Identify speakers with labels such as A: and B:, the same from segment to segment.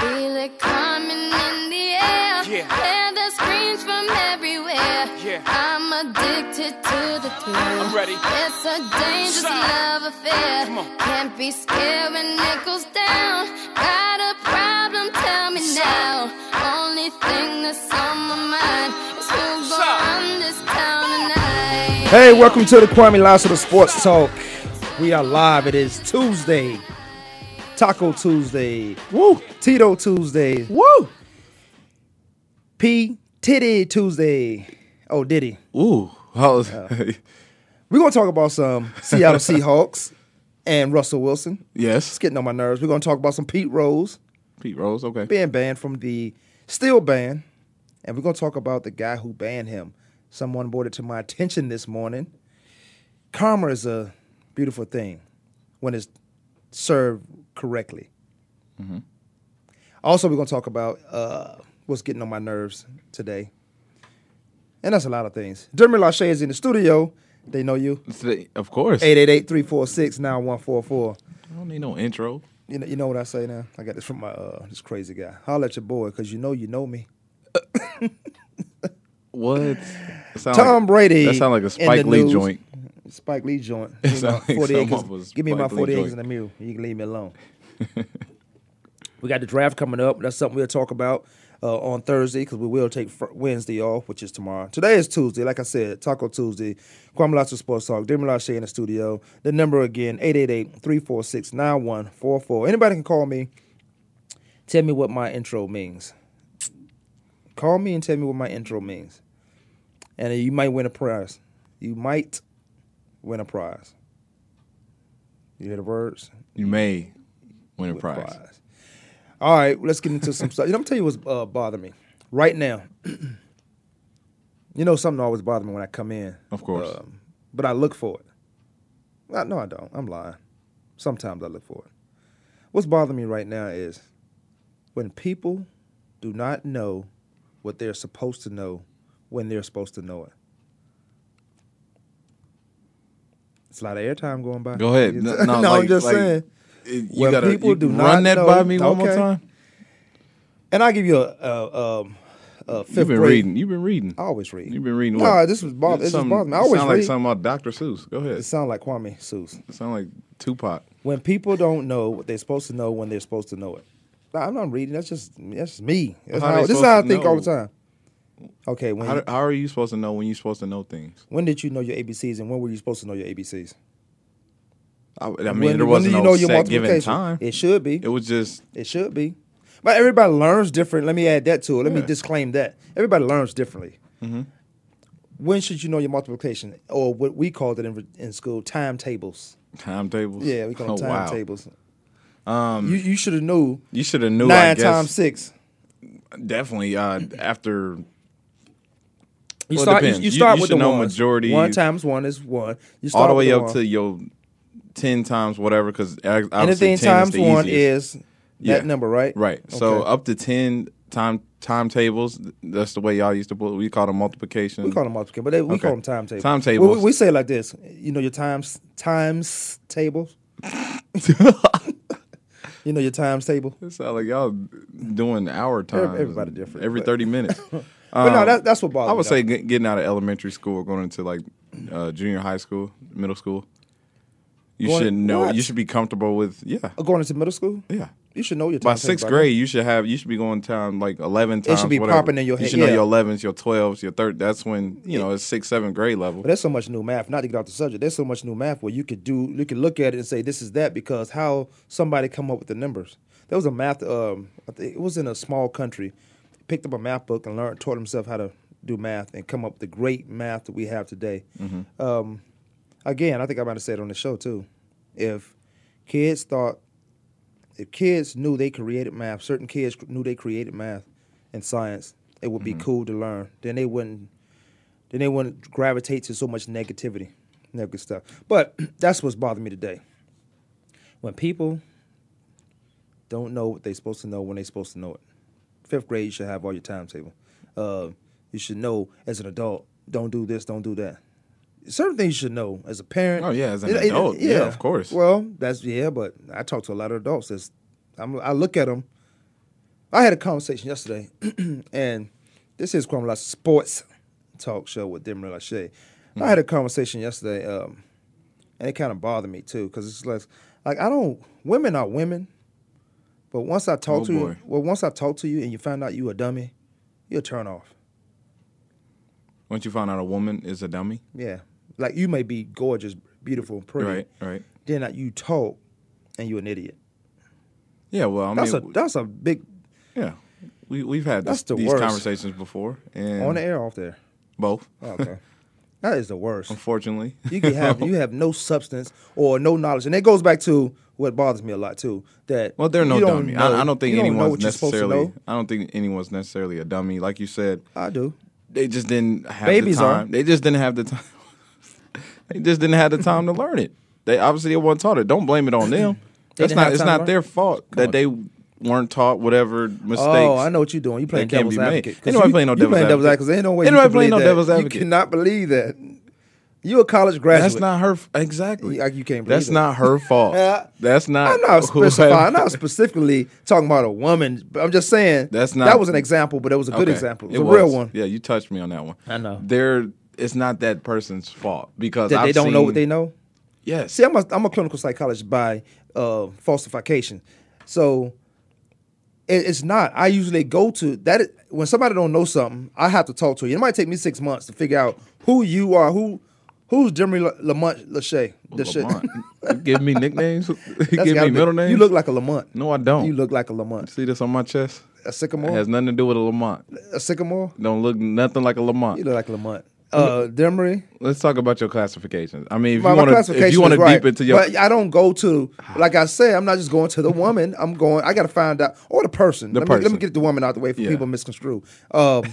A: Feel it coming in the air.
B: Yeah.
A: Hear the screams from everywhere.
B: Yeah.
A: I'm addicted to the thrill.
B: I'm ready.
A: It's a dangerous
B: Sign.
A: love affair.
B: Come on.
A: Can't be scared when it goes down. Got a problem? Tell me
B: Sign.
A: now. Only thing that's on my mind is who's
B: Sign.
A: gonna run this town tonight.
C: Hey, welcome to the Kwame Lasseter Sports Talk. We are live. It is Tuesday, Taco Tuesday, Woo, Tito Tuesday,
D: Woo!
C: P Titty Tuesday. Oh, Diddy.
D: Ooh. Oh, I was-
C: We're gonna talk about some Seattle Seahawks and Russell Wilson. It's
D: yes.
C: getting on my nerves. We're gonna talk about some Pete Rose
D: Pete Rose. Okay.
C: being banned from the still banned, and we're gonna talk about the guy who banned him. Someone brought it to my attention this morning. Karma is a beautiful thing when it's served correctly. Also, we're gonna talk about uh, what's getting on my nerves today, and that's a lot of things. Dermot Lachey is in the studio. They know you.
D: Say- Of course.
C: 888-346-9144.
D: I don't need no intro.
C: You know, you know what I say now? I got this from my uh, this crazy guy. Holler at your boy, cause you know you know me.
D: What? That sound
C: Tom
D: like-
C: Brady.
D: That sound like
C: in
D: a Spike
C: the
D: Lee
C: news.
D: joint.
C: Spike Lee joint. Give me
D: sound
C: my
D: like
C: 40
D: some
C: acres-
D: of us
C: Give me my
D: Spike Lee
C: 40 acres in
D: joint.
C: the mule. You can leave me alone. we got the draft coming up. That's something we'll talk about uh, on Thursday because we will take fr- Wednesday off, which is tomorrow. Today is Tuesday. Like I said, Taco Tuesday. Kwame Latsa Sports Talk. Demi Lachey in the studio. The number again, 888-346-9144. Anybody can call me. Tell me what my intro means. Call me and tell me what my intro means. And you might win a prize. You might win a prize. You hear the words?
D: You may win a prize.
C: Prize. All right, let's get into some stuff. You know, I'm gonna tell you what's uh, bothering me right now. you know, something always bothers me when I come in.
D: Of course.
C: Um, but I look for it. Well, no, I don't. I'm lying. Sometimes I look for it. What's bothering me right now is when people do not know what they're supposed to know when they're supposed to know it. It's a lot of airtime going by.
D: Go ahead. No,
C: no,
D: no,
C: I'm
D: like-
C: just
D: like,
C: saying.
D: You
C: When
D: gotta
C: people
D: you
C: do not
D: run that
C: know-
D: by me one more
C: okay.
D: time.
C: And I'll give you a, a, um a 5th
D: You've been
C: grade.
D: reading. You've been reading.
C: I always read.
D: You've been reading.
C: No,
D: what?
C: this was bother- this was
D: Something-
C: bothering me. I
D: it
C: always
D: sound like
C: read.
D: something about Dr. Seuss. Go ahead.
C: It sounds like Kwame Seuss.
D: It sound like Tupac.
C: When people don't know what they're supposed to know when they're supposed to know it. Nah, I'm not reading. That's just that's just me. That's
D: How
C: how,
D: they
C: this is
D: supposed
C: how I
D: to
C: think all the
D: know?
C: time. Okay, when
D: How, do- how are you supposed to know when you're supposed to know things?
C: when did you know your ABCs and when were you supposed to know your ABCs?
D: I, I mean,
C: when,
D: there
C: when do
D: wasn't
C: you
D: no
C: know your
D: set given
C: multiplication?
D: time.
C: It should be.
D: It was just
C: It should be. But everybody learns different. Let me add that to it. Let me
D: Yeah. Mm-hmm.
C: disclaim that. Everybody learns differently. When should you know your multiplication, or what we called it in, in school, timetables?
D: timetables.
C: Yeah, we call
D: Oh,
C: them
D: wow.
C: timetables. Um, you you should have knew
D: You should have knew. I
C: nine
D: guess,
C: times six.
D: Definitely. Uh, after
C: You
D: Well, it
C: start. You,
D: depends.
C: you
D: You-
C: start
D: you
C: with
D: should
C: the
D: know
C: ones.
D: majority-
C: One times one is one. You start
D: all the way
C: with
D: up
C: one.
D: to your ten times whatever, because obviously
C: anything
D: 10
C: times
D: is the
C: one
D: easiest.
C: is that
D: Yeah.
C: number, right?
D: right. So
C: Okay.
D: up to ten time timetables. That's the way y'all used to put. We call them multiplication.
C: We call them multiplication, but they, we
D: Okay.
C: call them timetables.
D: Timetables.
C: We, we say it like this. You know your times times tables. you know your times table.
D: It sound like y'all doing hour time.
C: everybody different,
D: Every
C: but-
D: thirty minutes.
C: But no,
D: Um,
C: that, that's what bothers.
D: I would
C: me,
D: say
C: though.
D: get- getting out of elementary school, going into like uh, junior high school, middle school. You
C: Going-
D: should know.
C: what?
D: You should be comfortable with. Yeah,
C: going into middle school.
D: yeah.
C: You should know your
D: By
C: times table
D: sixth
C: now.
D: grade, you should have. You should be going down like eleven times.
C: be
D: whatever.
C: popping in your
D: You
C: head,
D: should know
C: yeah.
D: your elevens, your twelves, your third. That's when you know it's sixth, seventh grade level.
C: But there's so much new math. Not to get off the subject, there's so much new math where you could do, you could look at it and say this is that because how somebody come up with the numbers. There was a math. Um, I think it was in a small country. Picked up a math book and learned, taught himself how to do math and come up with the great math that we have today. Um, again, I think I might have said on the show too. If kids thought, if kids knew they created math, certain kids knew they created math and science, it would be cool to learn. Then they wouldn't then they want to gravitate to so much negativity, negative stuff. But that's what's bothering me today. When people don't know what they're supposed to know when they're supposed to know it. Fifth grade, you should have all your timetable. Uh, you should know as an adult, don't do this, don't do that. Certain things you should know as a parent.
D: Oh, yeah, as an adult. Yeah, of course.
C: Well, that's yeah, but I talk to a lot of adults. That's, I'm, I look at them I had a conversation yesterday, and this is Kwame Lasse's sports talk show with Demar Lachey. I had a conversation yesterday, um, and it kind of bothered me too because it's like, like I don't. Women are women, but once I talk
D: Oh,
C: to you,
D: boy.
C: well, once I talk to you and you find out you a dummy, you'll turn off.
D: Once you find out a woman is a dummy,
C: Yeah, like you may be gorgeous, beautiful, pretty,
D: right? Right.
C: then uh, you talk and you're an idiot.
D: Yeah. Well, I
C: That's
D: mean,
C: a that's a big
D: yeah. We we've had
C: That's
D: this,
C: the
D: these
C: worst.
D: conversations before, and
C: on the air off there.
D: both.
C: Oh, okay, that is the worst.
D: Unfortunately,
C: You can have you have no substance or no knowledge, and it goes back to what bothers me a lot too. That
D: Well, they're no
C: you don't
D: dummy. I, I
C: know-
D: don't think
C: you know
D: anyone's
C: what you're supposed to
D: necessarily.
C: know.
D: I don't think anyone's necessarily a dummy. Like you said,
C: I do.
D: they just didn't have
C: Babies
D: the
C: are.
D: time. They just didn't have the time. they just didn't have the time to learn it. They obviously they weren't taught it. Don't blame it on them.
C: They
D: That's
C: didn't
D: not.
C: have
D: It's
C: time to
D: not
C: learn?
D: their fault that they weren't taught whatever mistakes.
C: Oh, I know what you're doing. You playing
D: They can't
C: devil's
D: be
C: advocate.
D: made.
C: 'Cause
D: Ain't nobody
C: you-
D: playing no
C: you
D: devil's
C: playing devil's advocate.
D: advocate.
C: 'cause ain't no way. you
D: Ain't
C: can
D: nobody
C: believe
D: playing no
C: that.
D: devil's advocate.
C: You cannot believe that. You a college graduate.
D: That's not her. f- Exactly.
C: Like, you can't
D: That's
C: believe it.
D: not her fault. That's not.
C: I'm not
D: whoever-
C: specifying. I'm not specifically talking about a woman. But I'm just saying
D: That's not-
C: That was an example, but it was a good
D: Okay.
C: example. It was
D: It
C: a real
D: was.
C: one.
D: Yeah, you touched me on that one.
C: I know.
D: There, it's not that person's fault because
C: That
D: I've
C: they don't know what
D: seen-
C: they know.
D: Yes.
C: See, I'm a, I'm a clinical psychologist by uh, falsification, so it, it's not. I usually go to that is- when somebody don't know something. I have to talk to you. It might take me six months to figure out who you are. Who who's Jeremy La- Lamont Lachey? Lachey.
D: Lamont. You give me nicknames. You
C: That's gotta
D: give me
C: be-
D: middle names.
C: You look like a Lamont.
D: No, I don't.
C: You look like a Lamont.
D: See this on my chest?
C: A
D: It
C: sycamore.
D: has nothing to do with a Lamont.
C: A sycamore.
D: Don't look nothing like a Lamont.
C: You look like Lamont. Uh, Demery.
D: Let's talk about your classifications. I mean, if
C: My,
D: you
C: my
D: want to,
C: classification
D: if you want
C: is
D: to
C: right,
D: deep into your, Ah.
C: But I don't go to, like I said, I'm not just going to the woman. I'm going. I got to find out or the person.
D: The
C: let, Me, let
D: person.
C: me get the woman out the way for
D: Yeah.
C: people misconstrue. Um,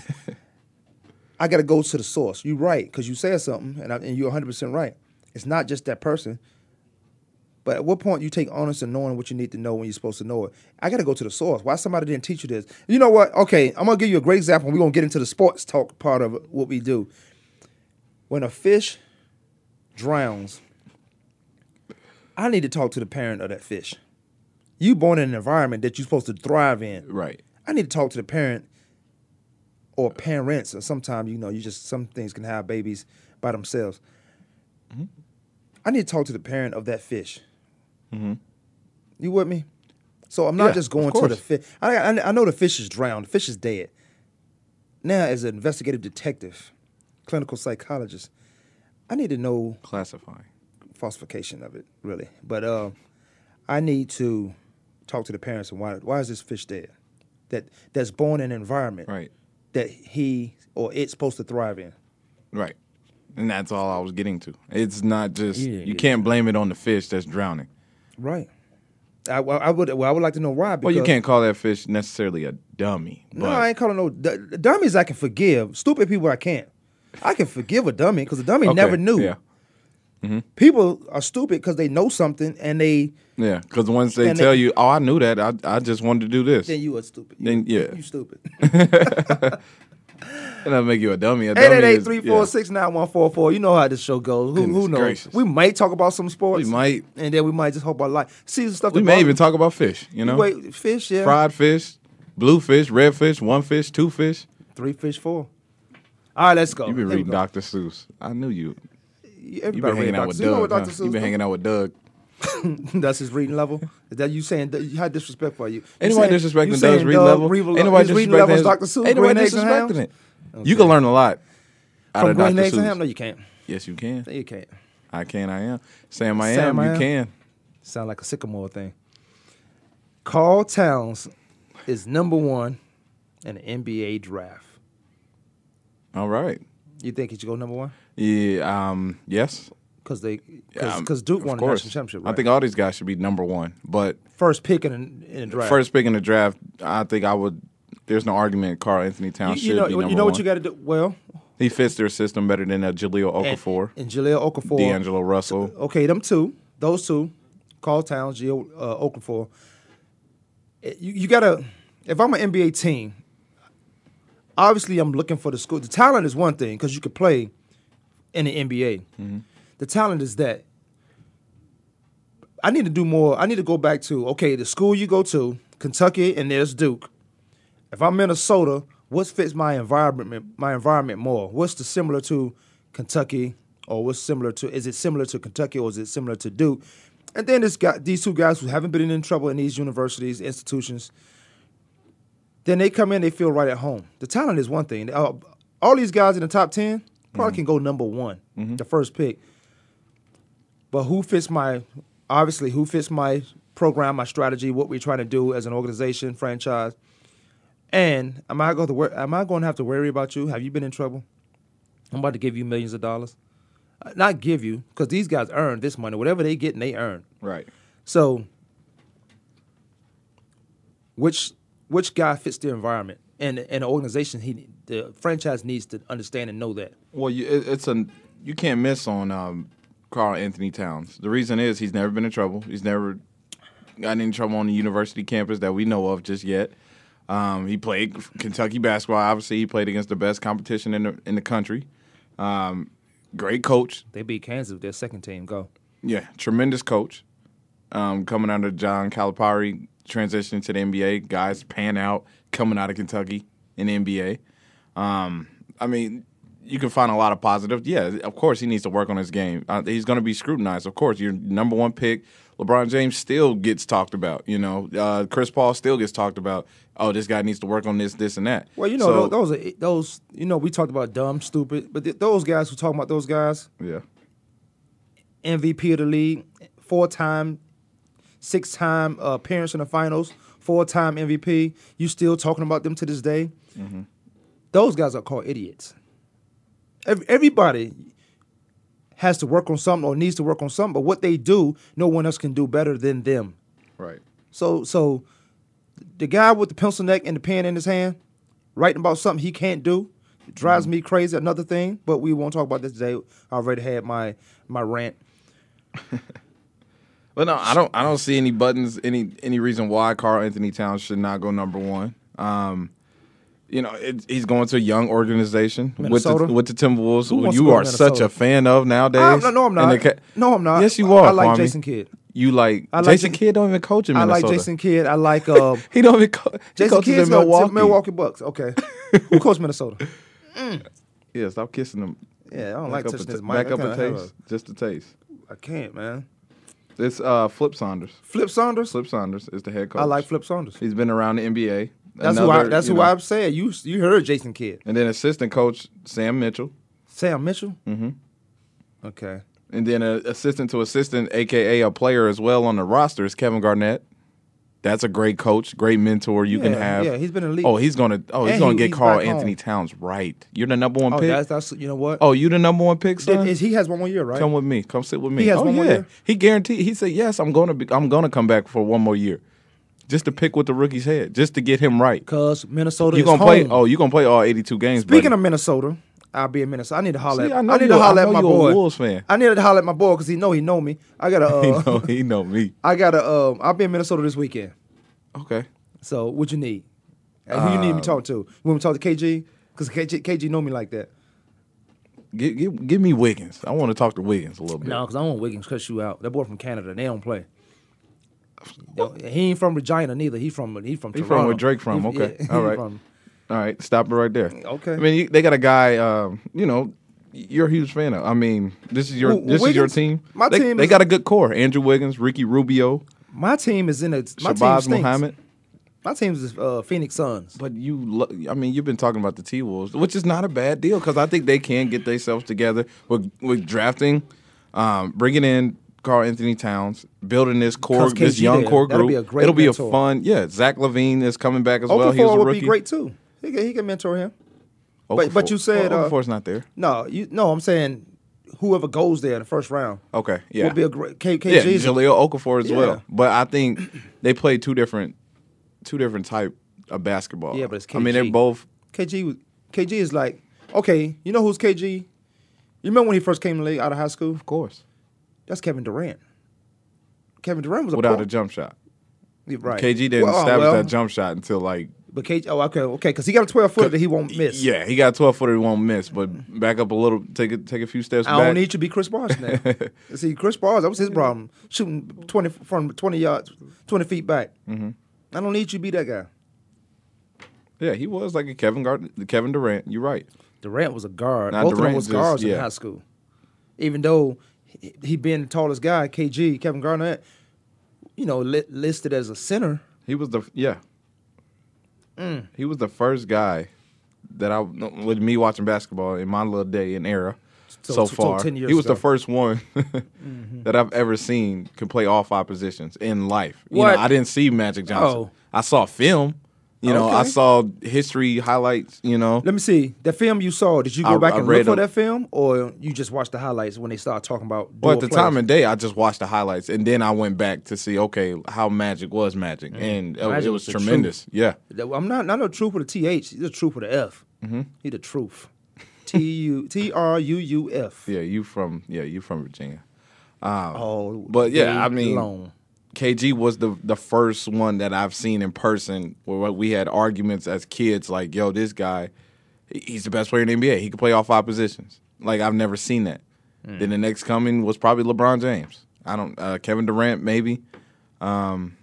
C: I got to go to the source. You're right because you said something, and, I, and you're 100 percent right. It's not just that person. But at what point you take honest and knowing what you need to know when you're supposed to know it? I got to go to the source. Why somebody didn't teach you this? You know what? Okay, I'm gonna give you a great example. We're gonna get into the sports talk part of what we do. When a fish drowns, I need to talk to the parent of that fish. You born in an environment that you're supposed to thrive in.
D: right.
C: I need to talk to the parent or parents, or sometimes you know, you just some things can have babies by themselves.
D: Mm-hmm.
C: I need to talk to the parent of that fish. You with me? So I'm not
D: Mm-hmm. Yeah,
C: just
D: of
C: going to the
D: course.
C: fish. I, I I know the fish is drowned. The fish is dead. Now, as an investigative detective, clinical psychologist, I need to know
D: Classifying.
C: falsification of it, really. But uh, I need to talk to the parents and why why is this fish dead? That that's born in an environment
D: Right.
C: that he or it's supposed to thrive in.
D: Right. And that's all I was getting to. It's not just
C: You
D: you,
C: didn't get
D: can't blame it on the fish that's drowning.
C: Right. I, well, I would well, I would like to know why. Because,
D: Well, you can't call that fish necessarily a dummy. But
C: No, I ain't calling no d- dummies. I can forgive stupid people. I can't. I can forgive a dummy because a dummy
D: Okay,
C: never knew.
D: Yeah.
C: People are stupid because they know something and they
D: Yeah, because once they
C: And
D: tell
C: they-
D: you, "Oh, I knew that. I, I just wanted to do this,"
C: then you are stupid. You-
D: Then, yeah.
C: you stupid.
D: and I make you a dummy. A dummy is-
C: 888-346-9144. You know how this show goes. Who, who
D: Goodness
C: knows?
D: gracious.
C: We may talk about some sports.
D: We might.
C: And then we might just hope our life. See the stuff
D: We
C: that
D: may
C: bothers-
D: even talk about fish. You know,
C: Wait, fish, yeah.
D: fried fish, blue fish, red fish, one fish, two fish.
C: Three fish, four. All right, let's go.
D: You've been
C: Here we
D: reading
C: go.
D: Dr. Seuss. I knew you.
C: Everybody
D: You've been
C: read
D: hanging out
C: Dr.
D: with
C: Seuss. You know what
D: Doug. huh?
C: Dr. Seuss
D: You've been hanging out with Doug.
C: That's his reading level. Is that you saying that how disrespectful are you? You
D: Anybody
C: saying- you
D: disrespecting
C: saying
D: Doug's read
C: Doug
D: level?
C: read-
D: Ain't nobody
C: his reading level
D: disrespecting
C: is
D: his-
C: Dr. Seuss?
D: Ain't nobody
C: Green Eggs and Ham?
D: disrespecting it. You can learn a lot out
C: From
D: of Dr.
C: Green Eggs and Ham? No,
D: Seuss.
C: you can't.
D: Yes, you can.
C: No, you can't.
D: I can. I am. Sam, I
C: Sam,
D: am.
C: I
D: You
C: am.
D: can.
C: Sound like a sycamore thing. Carl Towns is number one in the NBA draft.
D: All right.
C: You think he should go number one?
D: Yeah. Um. Yes.
C: Because they, because
D: Um,
C: Duke
D: of
C: won the
D: course.
C: national championship.
D: I think all these guys should be number one. But
C: first pick in, the- in the draft.
D: first pick in the draft, I think I would. There's no argument. Carl Anthony
C: you,
D: Towns
C: you
D: should
C: know,
D: be
C: you
D: number
C: know what
D: one.
C: you got to do. Well,
D: he fits their system better than a Jaleel Okafor,
C: and, and Jaleel Okafor,
D: D'Angelo Russell.
C: Okay, them two, those two, Carl Towns, Gio, uh, Okafor. It- You, you gotta. If I'm an NBA team, obviously I'm looking for the school. The talent is one thing because you could play in the NBA. The talent is that. I need to do more. I need to go back to okay, the school you go to, Kentucky, and there's Duke. If I'm Minnesota, what fits my environment my environment more? What's the similar to Kentucky or what's similar to is it similar to Kentucky or is it similar to Duke? And then it's got these two guys who haven't been in trouble in these universities, institutions. Then they come in, they feel right at home. The talent is one thing. Uh, all these guys in the top ten probably can go number one, the first pick. But who fits my obviously who fits my program, my strategy, what we're trying to do as an organization, franchise, and am I going to wor- am I going to have to worry about you? Have you been in trouble? I'm about to give you millions of dollars, Uh, not give you because these guys earn this money. Whatever they get, they earn.
D: Right.
C: So, which which guy fits their environment and and the organization? He the franchise needs to understand and know that.
D: Well, you, it, it's a you can't miss on um, Carl Anthony Towns. The reason is he's never been in trouble. He's never gotten in trouble on the university campus that we know of just yet. Um, he played Kentucky basketball. Obviously, he played against the best competition in the in the country. Um, great coach.
C: They beat Kansas, their second team. Go.
D: Yeah, tremendous coach. Um, coming under John Calipari, transitioning to the NBA. Guys pan out coming out of Kentucky in the NBA. Um, I mean, you can find a lot of positive. Yeah, of course he needs to work on his game. Uh, he's going to be scrutinized. Of course, your number one pick, LeBron James, still gets talked about. You know, uh, Chris Paul still gets talked about. Oh, this guy needs to work on this, this, and that.
C: Well, you know
D: So-
C: tho- those are those. You know we talked about dumb, stupid, but th- those guys who talking about those guys,
D: Yeah,
C: MVP of the league, four time, six time uh, appearance in the finals, four time MVP. You still talking about them to this day? Those guys are called idiots. Ev- everybody has to work on something or needs to work on something, but what they do, no one else can do better than them.
D: right.
C: So so the guy with the pencil neck and the pen in his hand, writing about something he can't do, it drives me crazy. Another thing, but we won't talk about this today. I already had my my rant.
D: But no, I don't. I don't see any buttons. Any any reason why Carl Anthony Towns should not go number one. Um, you know, it, he's going to a young organization with the,
C: Minnesota?
D: with the Timberwolves, who,
C: wants to
D: you
C: go to
D: are such
C: Minnesota?
D: a fan of
C: I,
D: nowadays.
C: no, no, I'm
D: And
C: not.
D: the ca-
C: no, I'm not.
D: Yes, you are.
C: I, I like
D: Kwame.
C: Jason Kidd.
D: You like,
C: I like Jason-
D: Jason Kidd? Don't even coach in
C: I
D: Minnesota.
C: like Jason Kidd. I like um,
D: He don't even. Co- he
C: Jason
D: coaches
C: Kidd's
D: in
C: got
D: Milwaukee.
C: T- Milwaukee Bucks. Okay, who coached Minnesota?
D: Yeah, stop kissing him.
C: Yeah, I don't like
D: Back up,
C: touching
D: a,
C: this
D: ta-
C: mic.
D: back up
C: I,
D: a
C: kinda have
D: taste, just a taste.
C: a- I can't, man.
D: It's uh, Flip Saunders.
C: Flip Saunders.
D: Flip Saunders is the head coach.
C: I like Flip Saunders.
D: He's been around the NBA.
C: That's who. I,
D: Another,
C: that's
D: you
C: who
D: know-
C: I'm saying. You you heard Jason Kidd.
D: And then assistant coach Sam Mitchell.
C: Sam Mitchell. Mm-hmm. Okay.
D: And then a assistant to assistant, aka a player as well on the roster, is Kevin Garnett. That's a great coach, great mentor you can
C: Yeah,
D: have.
C: yeah, he's been in the league.
D: Oh, he's gonna. Oh, he's
C: And
D: gonna
C: he-
D: get
C: he's
D: Carl
C: back home.
D: Anthony Towns right. You're the number one
C: Oh,
D: pick.
C: that's that's you know what?
D: oh, you the number one pick, son.
C: Did- is- he has one more year, right?
D: Come with me. Come sit with me.
C: He has
D: oh
C: one
D: yeah.
C: more year?
D: He guaranteed. He said yes. I'm gonna. Be, I'm gonna come back for one more year, just to pick with the rookie's head, just to get him right.
C: Because Minnesota
D: You
C: is
D: gonna
C: home.
D: play? Oh, you gonna play all 82 games?
C: Speaking
D: buddy.
C: of Minnesota, I'll be in Minnesota. I need to holler.
D: See,
C: at,
D: I
C: I,
D: know
C: need
D: you-
C: to
D: I
C: holler at
D: know
C: my
D: you a
C: boy.
D: Wolves fan.
C: I need to holler at my boy because he know he know me. I gotta. Uh,
D: he know, he know me.
C: I gotta. Um, I'll be in Minnesota this weekend.
D: Okay.
C: So what you need? And who you need me
D: Uh,
C: to talk to? You want me to talk to KG? Because KG, KG know me like that.
D: Give, give, give me Wiggins. I want to talk to Wiggins a little bit.
C: No, because I want Wiggins cuss you out. That boy from Canada, they don't play. He ain't from Regina neither. He from he from
D: He
C: Toronto.
D: from where Drake from?
C: He-
D: okay,
C: yeah, he
D: all right,
C: from-
D: all right. Stop it right there.
C: Okay.
D: I mean, you, they got a guy. Um, you know, you're a huge fan of. I mean, this is your
C: Who-
D: this is your
C: Wiggins?
D: team.
C: My
D: they,
C: team
D: They
C: is-
D: got a good core. Andrew Wiggins, Ricky Rubio,
C: My team is in a my team
D: Shabazz
C: stinks.
D: Muhammad.
C: My team is uh, Phoenix Suns.
D: But you, lo- I mean, you've been talking about the T Wolves, which is not a bad deal because I think they can get themselves together with with drafting, um, bringing in Carl Anthony Towns, building this core,
C: 'Cause
D: this
C: KG
D: young
C: there.
D: core
C: That'll
D: group.
C: be a great
D: It'll be
C: mentor.
D: a fun. Yeah, Zach Levine is coming back as well. He was
C: Okafor
D: a
C: would
D: rookie.
C: be great too. He can, he can mentor him. But but you said
D: well,
C: uh,
D: Okafor's not there.
C: no. You no. I'm saying whoever goes there in the first round
D: Okay, yeah,
C: will be a great K,
D: yeah,
C: KG's
D: Jaleel Okafor as
C: Yeah.
D: well. But I think they play two different, two different type of basketball.
C: Yeah, but it's
D: I mean, they're
C: KG.
D: both.
C: KG was- KG is like okay. You know who's KG? You remember when he first came to the league out of high school?
D: Of course,
C: That's Kevin Durant. Kevin Durant was a
D: without
C: point-
D: a jump shot.
C: Yeah, right.
D: KG didn't
C: Well, oh,
D: establish
C: well,
D: that jump shot until like
C: But KG, oh okay, okay, because he got a twelve footer that he won't miss.
D: yeah, he got twelve footer, he won't miss. But back up a little, take a, take a few steps
C: I
D: back.
C: don't need you to be Chris Bosh now. See, Chris Bosh, that was his problem, shooting twenty
D: Mm-hmm.
C: from twenty yards, twenty feet back. I don't need you to be that guy.
D: Yeah, he was like a Kevin Gar- Kevin Durant. You're right.
C: Durant was a guard.
D: Nah,
C: Both of them
D: Durant
C: was
D: just-
C: guards in
D: yeah.
C: high school. Even though he, he being the tallest guy, KG, Kevin Garnett, you know, li- listed as a center.
D: He was the yeah.
C: Mm.
D: He was the first guy that I with me watching basketball in my little day and era.
C: So-
D: So,
C: so- so
D: far,
C: 10 years
D: he was
C: ago. Mm-hmm.
D: the first one that I've ever seen can play all five positions in life. You
C: What?
D: know, I didn't see Magic
C: Oh.
D: Johnson. I saw film. You know, I
C: Okay.
D: saw history highlights. You know,
C: Let me see. The film you saw, did you go
D: I-
C: back
D: I
C: and
D: read
C: look for
D: them.
C: that film or you just watched the highlights when they started talking about
D: Well, at the
C: dual
D: time
C: players?
D: and day, I just watched the highlights, and then I went back to see okay how Magic was Magic, and uh, it-
C: Mm-hmm. Magic
D: it
C: was
D: was
C: the truth.
D: tremendous. Yeah,
C: That- I'm not not no truth with a th. He's a truth with a f. Mm-hmm. He the truth. T U T R U U F.
D: yeah, you from yeah you from Virginia.
C: Oh,
D: But yeah,
C: day
D: I mean,
C: long.
D: KG was the the first one that I've seen in person where we had arguments as kids like, yo, this guy, he- he's the best player in the NBA. He can play all five positions. Like I've never seen that. Then the next coming was probably LeBron James. I don't uh, Kevin Durant maybe. Um,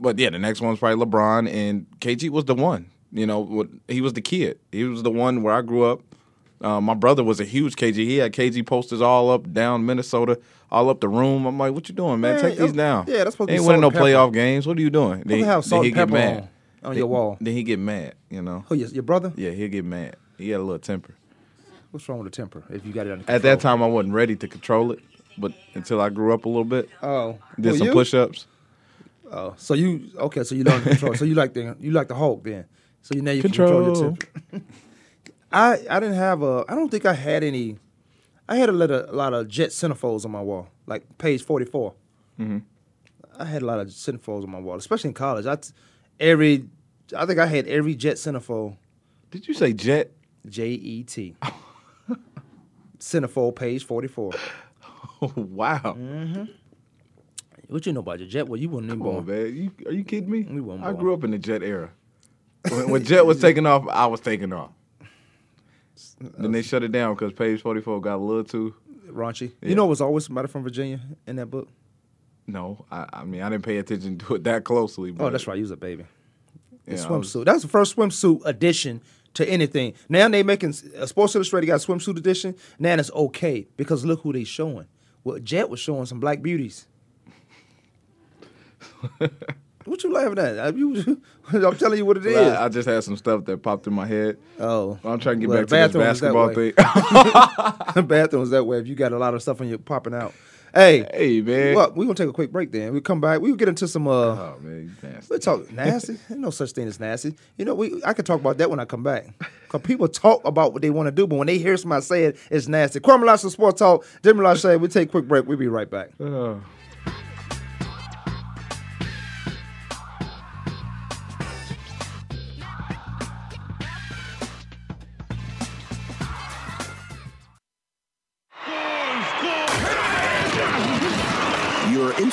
D: but yeah, the next one's probably LeBron and KG was the one. You know, what- he was the kid. He was the one where I grew up. Uh, my brother was a huge KG. He had KG posters all up down Minnesota, all up the room. I'm like, "What you doing, man?
C: Man,
D: Take these
C: uh,
D: down."
C: yeah, that's supposed to be
D: They Ain't winning no
C: salt and pepper.
D: playoff games. What are you doing? Then,
C: to have salt
D: he
C: and
D: get
C: pepper
D: mad
C: on- on
D: Then-
C: your wall.
D: Then he get mad. You know.
C: Who Oh, your, your brother?
D: Yeah, he'll get mad. He had a little temper.
C: What's wrong with the temper? If you got it under control.
D: At that time, I wasn't ready to control it, but until I grew up a little bit,
C: oh,
D: did
C: who,
D: some
C: you?
D: push-ups.
C: Oh, so you okay? So you learned to control. so you like the you like the Hulk then. So you now you can control your
D: Control.
C: temper. I I didn't have a. I don't think I had any. I had a lot of, a lot of jet centerfolds on my wall, like page forty
D: Mm-hmm.
C: I had a lot of centerfolds on my wall, especially in college. I t- every I think I had every jet centerfold,
D: Did you say jet?
C: J E T. Centerfold page forty four.
D: Oh, wow.
C: What you know about your jet? Well, you wouldn't even
D: Come on,
C: born.
D: man. You, are you kidding me?
C: We weren't
D: I
C: born.
D: grew up in the jet era. When, when jet was taking off, I was taking off. Then they shut it down because page 44 got a little too.
C: Raunchy. You
D: Yeah.
C: know, it was always somebody from Virginia in that book.
D: No, I, I mean, I didn't pay attention to it that closely. But,
C: Oh, that's right. You was a baby.
D: you know, I was-
C: swimsuit. That's the first swimsuit addition to anything. Now they making uh, Sports Illustrated got swimsuit edition. Now it's okay because look who they showing. Well, Jet was showing some black beauties. what you laughing at? I, you, I'm telling you what it is.
D: I, I just had some stuff that popped in my head.
C: oh,
D: I'm trying to get
C: Well,
D: back to
C: bathroom
D: this
C: is that
D: basketball
C: way.
D: thing.
C: bathrooms that way. If you got a lot of stuff on you popping out. Hey,
D: Hey, man.
C: Well, we gonna take a quick break then. We come back. We will get into some. uh
D: oh man, you nasty.
C: We talk nasty. Ain't no such thing as nasty. You know, we I can talk about that when I come back. Cause people talk about what they want to do, but when they hear somebody say it, it's nasty. Kwame Lashley Sports Talk. Jimmy Lashley. We take a quick break. We'll be right back.
D: Oh.
B: Your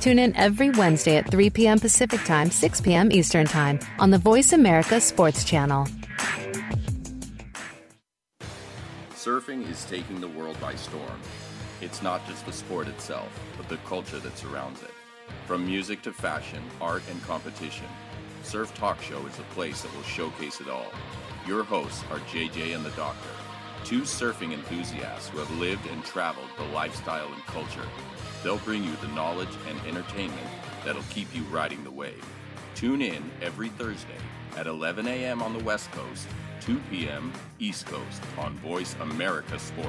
E: Tune in every Wednesday at 3 p.m. Pacific Time, 6 p.m. Eastern Time on the Voice America Sports Channel.
F: Surfing is taking the world by storm. It's not just the sport itself, but the culture that surrounds it. From music to fashion, art, and competition, Surf Talk Show is the place that will showcase it all. Your hosts are JJ and the Doctor, two surfing enthusiasts who have lived and traveled the lifestyle and culture. They'll bring you the knowledge and entertainment that'll keep you riding the wave. Tune in every Thursday at 11 a.m. on the West Coast, 2 p.m. East Coast on Voice America Sports.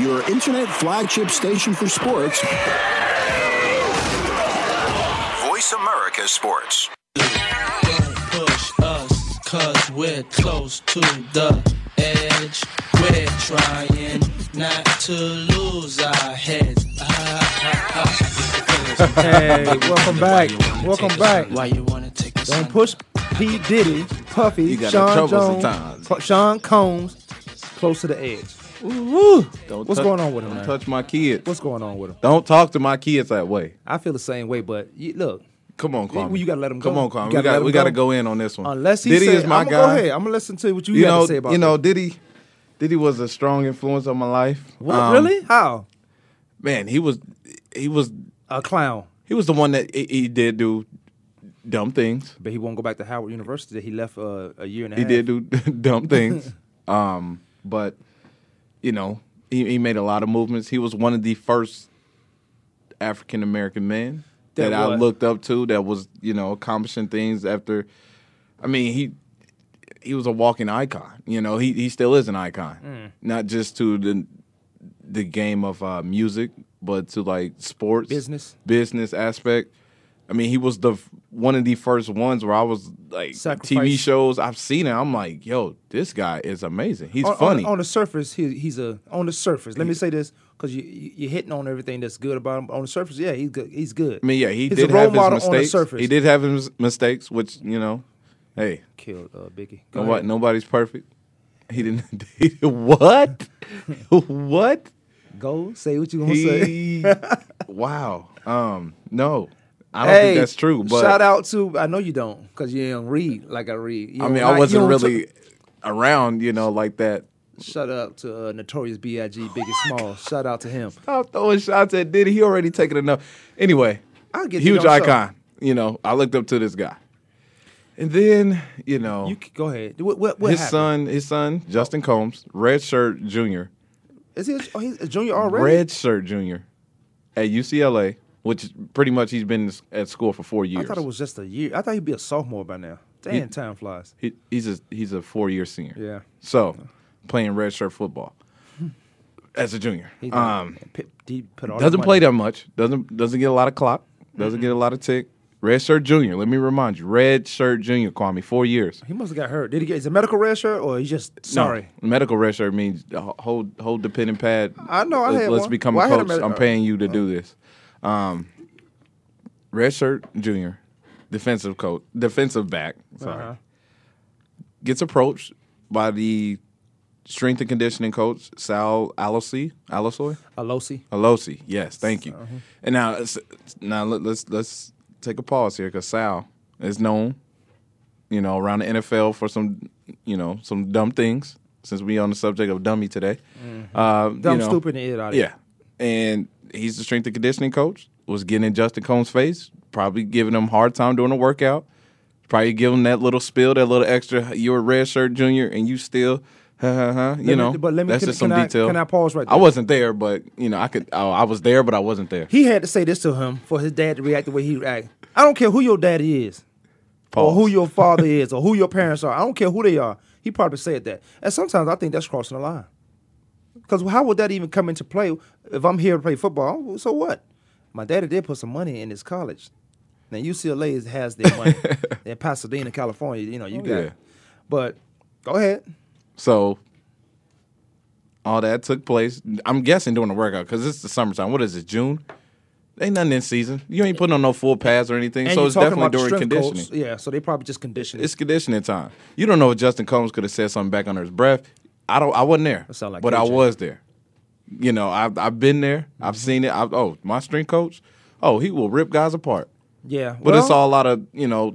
B: Your internet flagship station for sports.
G: Voice America Sports.
H: push us, cause we're close to the edge. We're trying not to lose our heads. Ah,
C: Hey, welcome back. Welcome back.
H: Why you wanna take a
C: Don't push P. Diddy, Puffy,
D: You got in
C: Sean
D: trouble
C: Jones,
D: sometimes.
C: Pu- Sean Combs, close to the edge.
D: Don't
C: What's
D: touch-
C: going on with him,
D: Don't
C: man?
D: touch my kids.
C: What's going on with him?
D: Don't talk to my kids that way.
C: I feel the same way, but you, look,
D: Come on,
C: Well,
D: Kwame.
C: you gotta let him
D: Come
C: go.
D: on, Kwame.
C: You
D: We
C: gotta let
D: got
C: him
D: we got to
C: go.
D: go in on this one.
C: unless he
D: Diddy
C: say,
D: is my
C: I'm
D: guy.
C: Go ahead. I'm gonna listen to what you,
D: you
C: got
D: know,
C: to say about
D: you know,
C: that.
D: Diddy. Diddy was a strong influence on my life.
C: What,
D: Um,
C: really? How?
D: Man, he was, he was,
C: A clown.
D: he was the one that he, he did do dumb things.
C: But he won't go back to Howard University. He left uh, a year and a
D: He
C: half.
D: did do dumb things. um, but you know, he, he made a lot of movements. He was one of the first African American men
C: That
D: that, I
C: what?
D: looked up to. That was you know accomplishing things after. I mean he. He was a walking icon, you know. He he still is an
C: Mm.
D: icon, not just to the the game of uh, music, but to like sports,
C: Business.
D: business aspect. I mean, he was the f- one of the first ones where I was like TV
C: Sacrifice.
D: shows I've seen it. I'm like, yo, this guy is amazing. He's
C: On- on-
D: funny.
C: On, the surface, he, he's a on the surface. Let me say this because you, you you're hitting on everything that's good about him. On the surface, yeah, he's good. He's good.
D: I mean, yeah, he
C: he's
D: did
C: a role
D: have his
C: model on the
D: mistakes.
C: surface.
D: he did have his mistakes, which you know, hey,
C: killed uh, Biggie. Go
D: nobody,
C: ahead.
D: nobody's perfect. He didn't. He, what? what?
C: Go say what you gonna say.
D: He, wow. Um. No, I don't
C: hey,
D: think that's true. But
C: shout out to I know you don't because you don't read like I read. You
D: I
C: don't
D: mean,
C: like-
D: I
C: you
D: wasn't
C: don't
D: really around, you know, like that.
C: t- shout out to uh, Notorious B.I.G. Biggie Smalls. Shout out to him.
D: Stop throwing shots at Diddy. He already taken enough. Anyway,
C: I'll get
D: huge
C: you on show.
D: icon. You know, I looked up to this guy, and then you know
C: You c- go ahead. What what, what
D: his
C: happened?
D: son, his son Justin Combs, red shirt junior,
C: is he? A, oh, he's a junior already.
D: red shirt junior at UCLA, which pretty much he's been at school for four
C: I
D: years.
C: thought it was just a year. I thought he'd be a sophomore by now. Damn,
D: He-
C: time flies.
D: He, he's a he's a four year senior.
C: Yeah.
D: So playing red shirt football as a junior.
C: He
D: Um,
C: put, he put all that
D: doesn't
C: money-
D: play that much. Doesn't doesn't get a lot of clock. Doesn't get a lot of tick. Red shirt junior. Let me remind you, red shirt junior. Kwame, four years.
C: He must have got hurt. Did he get? Is it medical red shirt or he just sorry?
D: no, medical red shirt means uh, hold hold the pen and pad.
C: I know, I
D: Let-
C: had
D: Let's
C: one.
D: become
C: Well, I
D: a
C: had a Uh-huh.
D: coach.
C: med-
D: I'm paying you to do this. Um, red shirt junior, defensive coach, defensive back. Sorry,
C: Uh-huh.
D: gets approached by the strength and conditioning coach Sal Alosi. Alosoy.
C: Alosi.
D: Pelosi. Yes, thank you.
C: Uh-huh.
D: And now, s- now let, let's let's take a pause here because Sal is known, you know, around the NFL for some, you know, some dumb things. Since we on the subject of dummy today, Uh, you
C: Mm-hmm. Dumb,
D: know,
C: stupid, and idiot out of
D: Yeah, and he's the strength and conditioning coach. Was getting in Justin Combs' face, probably giving him a hard time during a workout. Probably giving him that little spill, that little extra. You're a red shirt junior, and you still. huh, huh, huh, you
C: me-
D: know,
C: but let me-
D: that's
C: can-
D: just some
C: can I-
D: detail.
C: can I pause right
D: I
C: there?
D: wasn't there, but you know, I could. Oh, I was there, but I wasn't there.
C: He had to say this to him for his dad to react the way he reacted. I don't care who your daddy is, or
D: Pause.
C: who your father is, or who your parents are. I don't care who they are. He probably said that. And sometimes I think that's crossing the line. Because how would that even come into play if I'm here to play football? So what? My daddy did put some money in his college. Now UCLA is- has their money. in Pasadena, California, you know, you got.
D: Oh, yeah.
C: It. But go ahead.
D: So all that took place. I'm guessing during the workout because it's the summertime. What is it? June? Ain't nothing in season. You ain't putting on no full pads or anything.
C: And
D: so
C: you're
D: it's
C: talking
D: definitely
C: about the
D: during
C: strength coach.
D: conditioning.
C: Yeah, so they probably just conditioning.
D: It's conditioning time. You don't know if Justin Combs could have said something back under his breath. I don't. I wasn't there,
C: That sound like
D: but I
C: KJ.
D: was there. You know, I've I've been there. I've
C: Mm-hmm.
D: seen it. I've, oh, my strength coach. Oh, he will rip guys apart.
C: yeah,
D: But it's all a lot of you know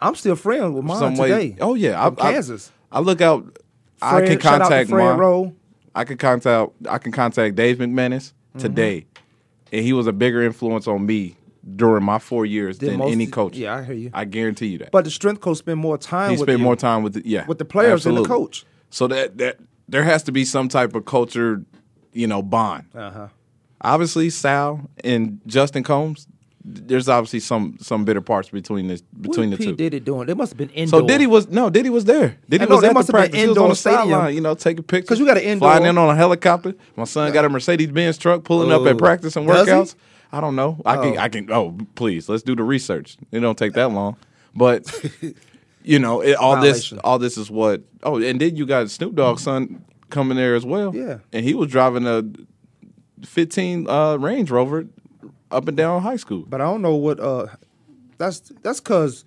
C: I'm still friends with mine
D: some way.
C: today.
D: Oh yeah,
C: from
D: I, I-
C: Kansas.
D: I, look out I can
C: shout out to
D: contact
C: Fred
D: Mar-
C: Rowe.
D: I can contact I can contact Dave McManus
C: Mm-hmm.
D: today, and he was a bigger influence on me during my four years
C: Than
D: than
C: most-
D: any coach.
C: yeah, I hear you.
D: I guarantee you that.
C: But the strength coach spend more time.
D: he
C: with
D: spent
C: you.
D: more time with the, yeah
C: with the players than the
D: absolutely.
C: coach.
D: So that that there has to be some type of culture, you know, bond.
C: Uh-huh.
D: Obviously, Sal and Justin Combs. There's obviously some some bitter parts between this between
C: What
D: the
C: P
D: two.
C: Diddy doing? They must have been indoor.
D: So Diddy was no Diddy was there. Diddy
C: I know,
D: was
C: they
D: at
C: must
D: the
C: have been
D: practice. He was
C: indoor
D: on the
C: stadium.
D: sideline, you know, taking pictures.
C: 'Cause you got an indoor-
D: flying in on a helicopter. My son got a Mercedes Benz truck pulling up at practice and
C: Oh. Does he?
D: workouts. I don't know. I can I can. Oh, please, let's do the research. It don't take that long, but you know, it, all
C: Violation.
D: this all this is what. Oh, and then you got Snoop Dogg's son coming there as well.
C: Yeah.
D: and he was driving a 15 uh, Range Rover up and down high school.
C: but I don't know what. Uh, that's that's because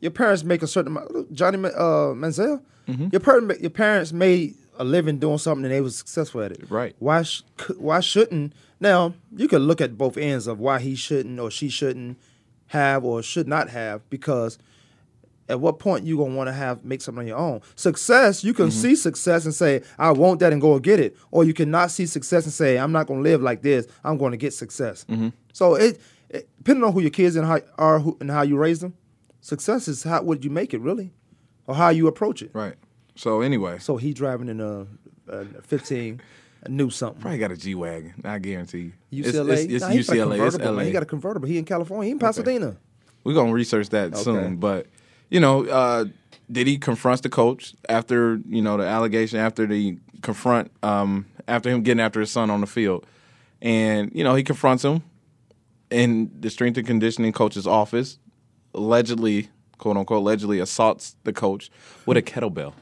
C: your parents make a certain amount. Johnny Ma- uh, Manziel,
D: Mm-hmm.
C: your parents your parents made a living doing something and they was successful at it.
D: Right.
C: Why sh- cou- why shouldn't now? You could look at both ends of why he shouldn't or she shouldn't have or should not have because. At what point you gonna want to have make something on your own? Success, you can
D: Mm-hmm.
C: see success and say, "I want that" and go get it, or you cannot see success and say, "I'm not gonna live like this. I'm going to get success."
D: Mm-hmm.
C: So it, it depending on who your kids and how are who, and how you raise them, success is how would you make it really, or how you approach it.
D: Right. So anyway,
C: So he driving in a, a 15, knew something.
D: Probably got a G wagon. I guarantee you. It's-
C: UCLA,
D: It's, it's,
C: Nah, he got a
D: UCLA. It's
C: convertible, man.
D: LA.
C: He got a convertible. He in California. He in Pasadena.
D: We're gonna research that
C: Okay.
D: soon. But you know, uh, Diddy confronts the coach after you know the allegation after the confront um, after him getting after his son on the field, and you know he confronts him in the strength and conditioning coach's office. Allegedly, quote unquote, allegedly assaults the coach with a kettlebell.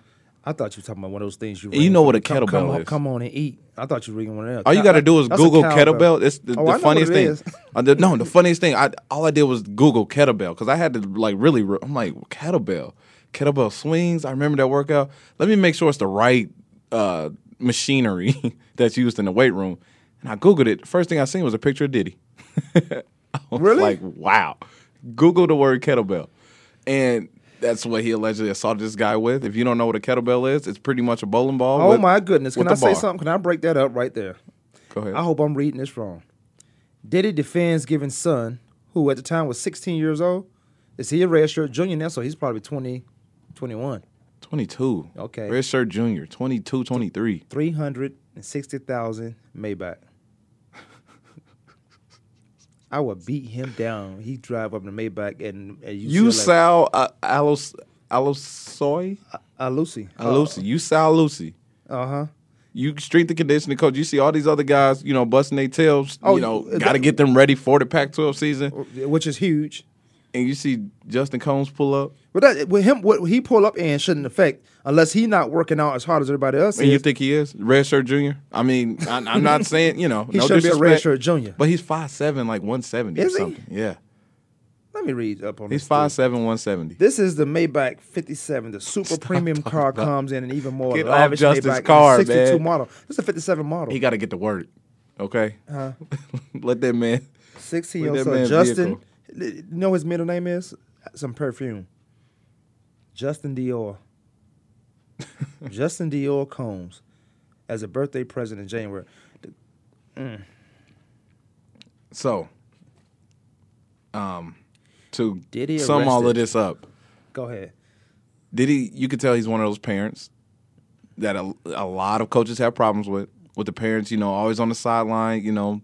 C: I thought you were talking about one of those things you.
D: you
C: ran
D: know
C: from.
D: what a
C: Come- come
D: kettlebell
C: on-
D: is.
C: Come on and eat. I thought you were reading one of those.
D: All you got to do is
C: That's a
D: Google kettlebell. It's
C: Oh, I
D: the,
C: know
D: the
C: what
D: funniest
C: it
D: thing.
C: is.
D: Uh, the- no, the funniest thing. I all I did was Google kettlebell because I had to like really. Re- I'm like kettlebell, kettlebell swings. I remember that workout. Let me make sure it's the right uh, machinery that's used in the weight room. And I googled it. First thing I seen was a picture of Diddy. I was
C: Really?
D: Like wow. Google the word kettlebell, and that's what he allegedly assaulted this guy with. If you don't know what a kettlebell is, it's pretty much a bowling ball.
C: Oh
D: with-
C: my goodness!
D: with
C: Can I
D: the
C: say
D: bar.
C: something? Can I break that up right there?
D: Go ahead.
C: I hope I'm reading this wrong. Diddy defends giving son, who at the time was 16 years old, is he a redshirt junior now? So he's probably 20, 21.
D: 22.
C: Okay.
D: Red shirt junior, 22, 23.
C: 360,000 Maybach. I would beat him down. He drive up to Maybach and, and
D: You
C: say,
D: Sal uh, Alos Alosoy?
C: uh, Lucy.
D: Alusi. You Sal Lucy.
C: Uh huh.
D: You strength and conditioning coach. You see all these other guys, you know, busting their tails.
C: Oh,
D: you know,
C: that-
D: got to get them ready for the Pac-12 season.
C: Which is huge.
D: And you see Justin Combs pull up,
C: But that, with him, what he pull up in shouldn't affect unless he not working out as hard as everybody else.
D: and you
C: is.
D: think he is red shirt junior. I mean, I, I'm not saying you know
C: He
D: no
C: should be a
D: disrespect,
C: redshirt junior.
D: but he's five seven, like one seventy or
C: Is he?
D: something. Yeah,
C: Let me read up on
D: he's
C: this.
D: five seven, one seventy.
C: This is the Maybach 57. The super premium car comes in an even more
D: Get off
C: lavish
D: Justin's
C: Maybach
D: car,
C: 62
D: man.
C: model. This is a 57 model.
D: He got to get to work. Okay, let that man.
C: 16
D: with
C: year
D: that man's
C: old Justin. You know his middle name is? Some perfume. Justin Dior. Justin Dior Combs as a birthday present in January.
D: So, um, to
C: Diddy
D: sum all of
C: arrested.
D: this up,
C: Go ahead.
D: Diddy, you can tell he's one of those parents that a, a lot of coaches have problems with. With the parents, you know, always on the sideline, you know,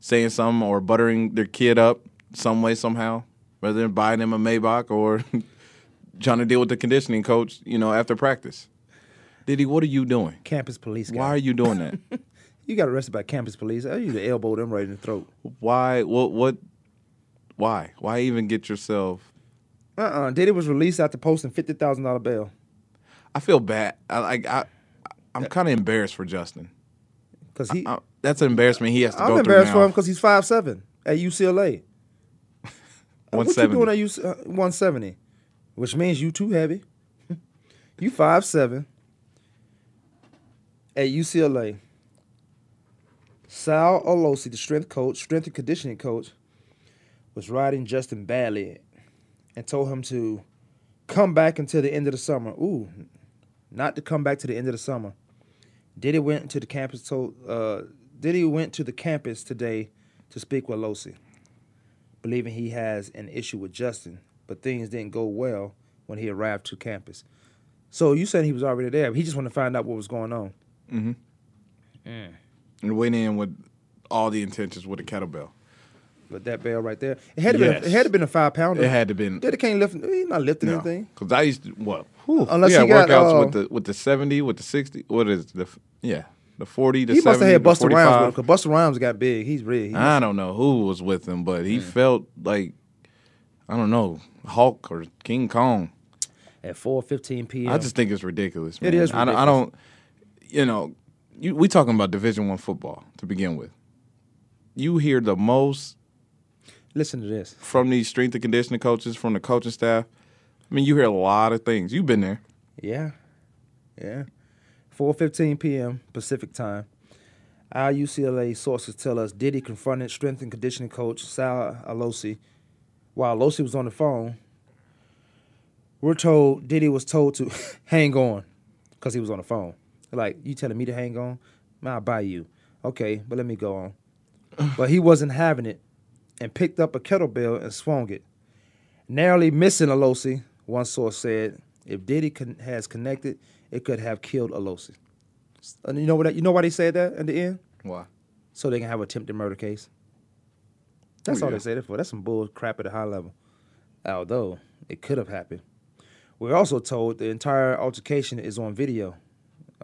D: saying something or buttering their kid up some way, somehow, whether they're buying them a Maybach or trying to deal with the conditioning coach, you know, after practice. Diddy, what are you doing?
C: Campus police. Guy.
D: Why are you doing that?
C: You got arrested by campus police. I used to elbow them right in the throat.
D: why? What? What? Why? Why even get yourself
C: Uh uh Diddy was released after posting $50,000 bail.
D: I feel bad. I like I, I'm kind of embarrassed for Justin.
C: Because he.
D: I, that's an embarrassment he has to
C: I'm
D: go
C: embarrassed
D: through
C: for
D: now.
C: him because he's five seven at UCLA. What you
D: 170.
C: doing at UC, uh, 170? Which means you too heavy. you five seven at UCLA. Sal Olosi, the strength coach, strength and conditioning coach, was riding Justin badly and told him to come back until the end of the summer. Ooh, not to come back to the end of the summer. Diddy went to the campus. Told uh, Diddy went to the campus today to speak with Losi, believing he has an issue with Justin. But things didn't go well when he arrived to campus. So you said he was already there. But he just wanted to find out what was going on.
D: and went in with all the intentions with a kettlebell.
C: But that bell right there, it had to
D: Yes.
C: been, it had to been a five pounder.
D: It had to been-
C: Diddy can't lift. He's not lifting
D: No,
C: anything.
D: because I used to well, whew,
C: Unless
D: we had
C: he got,
D: workouts
C: uh,
D: with the with the seventy, with the sixty. What is the f- yeah the forty? The
C: He
D: 70,
C: must have had
D: the
C: Buster Rhymes
D: 45.
C: because Buster Rhymes got big. He's big. He-
D: I don't know who was with him, but
C: Mm.
D: he felt like I don't know Hulk or King Kong.
C: at four fifteen p.m.
D: I just think it's ridiculous. Man.
C: is
D: I don't, I don't. You know, you, we talking about Division One football to begin with. You hear the most
C: listen to this.
D: from these strength and conditioning coaches, from the coaching staff. I mean, you hear a lot of things. You've been there.
C: Yeah, yeah. Four fifteen p.m. Pacific time. Our UCLA sources tell us Diddy confronted strength and conditioning coach Sal Alosi while Alosi was on the phone. We're told Diddy was told to hang on because he was on the phone. Like you telling me to hang on, man, I'll buy you. Okay, but let me go on. but he wasn't having it, and picked up a kettlebell and swung it narrowly missing Alosi. One source said, "If Diddy con- has connected, it could have killed Alosi." And you know what? You know why they said that at the end?
D: Why?
C: So they can have attempted murder case. That's all
D: yeah.
C: they say that for. That's some bull crap at a high level. Although it could have happened. We're also told the entire altercation is on video.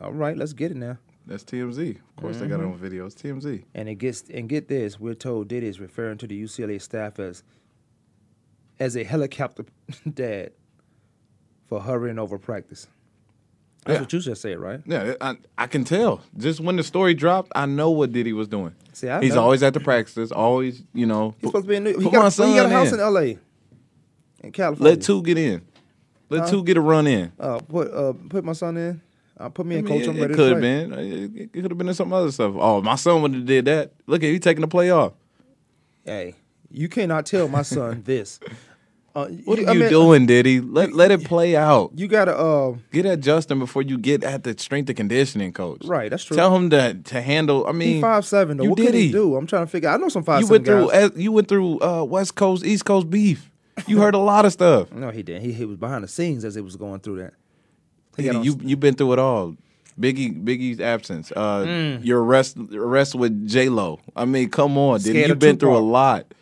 C: All right, let's get it now.
D: That's TMZ. Of course, they got
C: Mm-hmm.
D: it on video. It's TMZ.
C: And it gets and get this, we're told Diddy is referring to the UCLA staff as as a helicopter dad for hurrying over practice. That's
D: Yeah.
C: what you just said, right?
D: Yeah, I, I can tell. Just when the story dropped, I know what Diddy was doing.
C: See, I
D: he's
C: know.
D: always at the practices. Always, you know.
C: He's supposed to be in New He
D: put
C: got,
D: my
C: a- well, he got a
D: son
C: house
D: in.
C: in LA. In California.
D: Let two get in. Let two get a run in.
C: uh, put uh, put my son in. Uh, put me
D: I
C: in
D: mean,
C: coach. I'm
D: it,
C: ready to
D: it could have
C: play.
D: been. It, could have been in some other stuff. Oh, my son would have did that. Look at he taking the play off.
C: Hey, you cannot tell my son this. Uh,
D: What are
C: I
D: you
C: mean,
D: doing, Diddy? Let let it play out.
C: You gotta uh,
D: Get at Justin before you get at the strength and conditioning coach.
C: Right, that's true.
D: Tell him to to handle. I mean,
C: he five seven though.
D: You
C: What
D: Diddy.
C: could he do? I'm trying to figure. I know some five
D: You
C: seven
D: went through.
C: guys.
D: eh, You went through uh, West Coast, East Coast beef. You heard a lot of stuff.
C: No, he didn't. He, he was behind the scenes as it was going through that. He got
D: Yeah,
C: on
D: you you've been through it all. Biggie Biggie's absence. Uh,
C: Mm.
D: Your arrest arrest with J Lo. I mean, come on, dude.
C: Scared
D: You've
C: of
D: been through a
C: Tupac.
D: lot.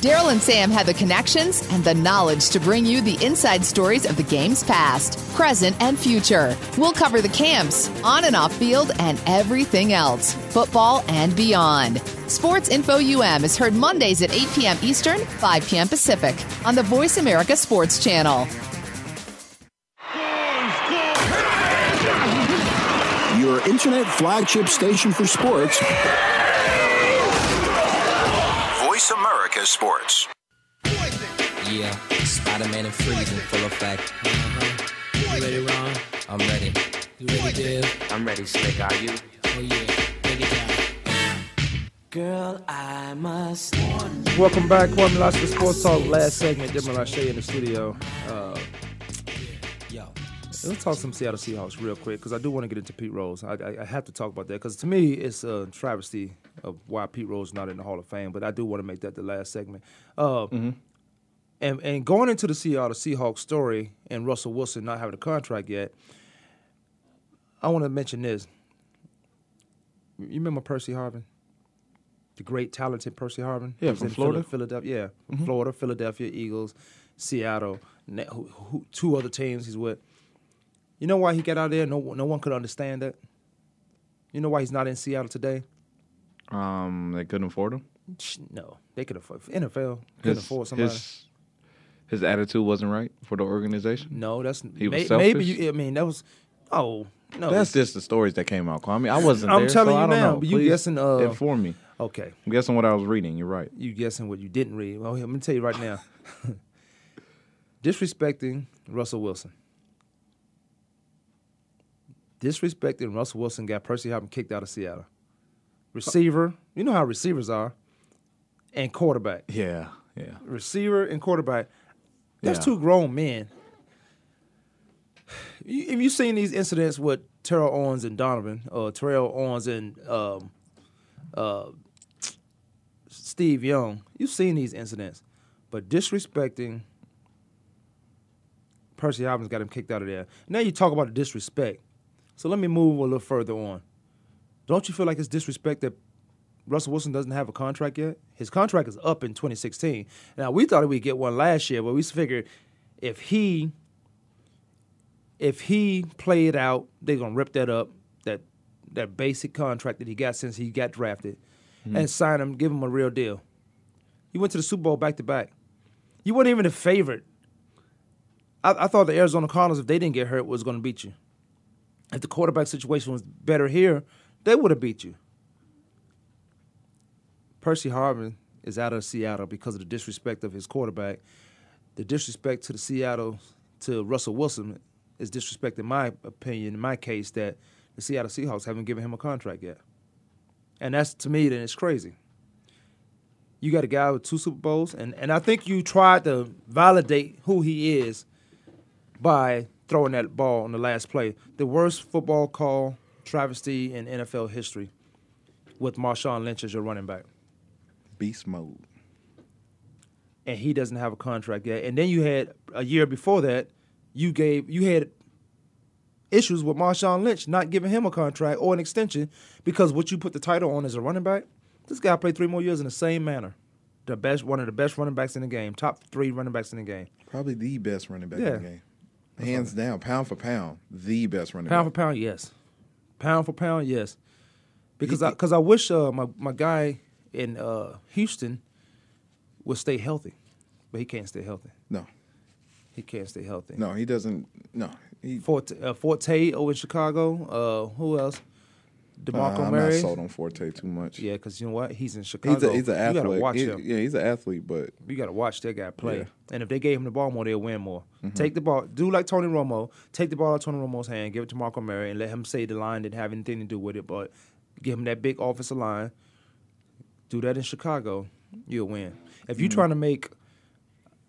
I: Daryl and Sam have the connections and the knowledge to bring you the inside stories of the game's past, present, and future. We'll cover the camps, on and off field, and everything else football and beyond. Sports Info UM is heard Mondays at 8 p.m. Eastern, 5 p.m. Pacific on the Voice America Sports Channel.
B: Your internet flagship station for sports.
G: Voice America Sports.
H: Yeah, Spider Man and Freezing full effect. Uh-huh. You ready, Ron? I'm ready. You ready, Dave? I'm ready, Slick. Are you? Oh, yeah. Break it down. Girl, I must.
C: Welcome back. Kwame Lott Sports Talk. Last segment. Dimmer Lachey in the studio. Uh,
H: Yo.
C: Let's talk some Seattle Seahawks real quick because I do want to get into Pete Rose. I, I, I have to talk about that because to me it's a travesty of why Pete Rose is not in the Hall of Fame. But I do want to make that the last segment. Uh, And and going into the Seattle Seahawks story and Russell Wilson not having a contract yet, I want to mention this. You remember Percy Harvin, the great talented Percy Harvin?
D: Yeah,
C: He was
D: from
C: in Phila-
D: Florida. Mm-hmm.
C: Philadelphia, yeah, from Florida, Philadelphia Eagles, Seattle, ne- who, who, two other teams he's with. You know why he got out of there? No, no one could understand that. You know why he's not in Seattle today?
D: Um, they couldn't afford him.
C: Sh- No, they could afford NFL. Couldn't afford somebody.
D: his his attitude wasn't right for the organization.
C: no, that's
D: He was
C: may- maybe.
D: selfish?
C: You, I mean, that was. Oh no,
D: That's just the stories that came out, Kwame. I wasn't.
C: I'm
D: there,
C: telling
D: so I
C: you
D: don't
C: now,
D: know.
C: but you
D: Please
C: guessing, uh,
D: inform me.
C: okay.
D: I'm guessing what I was reading. You're right.
C: You guessing what you didn't read? Well, I'm gonna tell you right now. Disrespecting Russell Wilson. Disrespecting Russell Wilson got Percy Harvin kicked out of Seattle. Receiver, you know how receivers are, and quarterback.
D: Yeah, yeah.
C: receiver and quarterback. That's
D: Yeah.
C: two grown men. You, have you seen these incidents with Terrell Owens and Donovan, or Terrell Owens and um, uh, Steve Young? You've seen these incidents, but disrespecting Percy Harvin's got him kicked out of there. Now you talk about disrespect. So let me move a little further on. Don't you feel like it's disrespect that Russell Wilson doesn't have a contract yet. His contract is up in 2016. Now we thought we'd get one last year, but we figured if he if he played out, they're gonna rip that up that that basic contract that he got since he got drafted and sign him, give him a real deal. You went to the Super Bowl back to back. You weren't even a favorite. I, I thought the Arizona Cardinals, if they didn't get hurt, was gonna beat you. If the quarterback situation was better here, they would have beat you. Percy Harvin is out of Seattle because of the disrespect of his quarterback. The disrespect to the Seattle to Russell Wilson is disrespect in my opinion, in my case, that the Seattle Seahawks haven't given him a contract yet. And that's to me then it's crazy. You got a guy with two Super Bowls and, and I think you tried to validate who he is by throwing that ball on the last play. The worst football call travesty in NFL history with Marshawn Lynch as your running back
D: Beast mode.
C: and he doesn't have a contract yet. And then you had a year before that, you gave you had issues with Marshawn Lynch not giving him a contract or an extension because what you put the title on as a running back, this guy played three more years in the same manner. the best, one of the best running backs in the game, top three running backs in the game.
D: Probably the best running back
C: Yeah.
D: in the game. Hands down, pound for pound, the best running
C: Pound for
D: back.
C: pound, yes. Pound for pound, yes. Because I, cause I wish uh, my my guy in uh, Houston would stay healthy, but he can't stay healthy.
D: No.
C: He can't stay healthy.
D: No, he doesn't. No.
C: Forte, uh, Forte over in Chicago. Uh, who else?
D: Uh,
C: Demarco
D: I'm
C: Murray.
D: not sold on Forte too much.
C: Yeah, because you know what? He's in Chicago.
D: He's, a, he's an athlete.
C: You gotta watch
D: He-
C: him.
D: Yeah, he's an athlete, but
C: You gotta watch that guy play.
D: Yeah.
C: And if they gave him the ball more, they'll win more.
D: Mhm.
C: Take the ball, do like Tony Romo. Take the ball out of Tony Romo's hand, give it to Marco Murray, and let him say the line didn't have anything to do with it. But give him that big offensive line. Do that in Chicago, you'll win. If you're
D: Mhm.
C: trying to make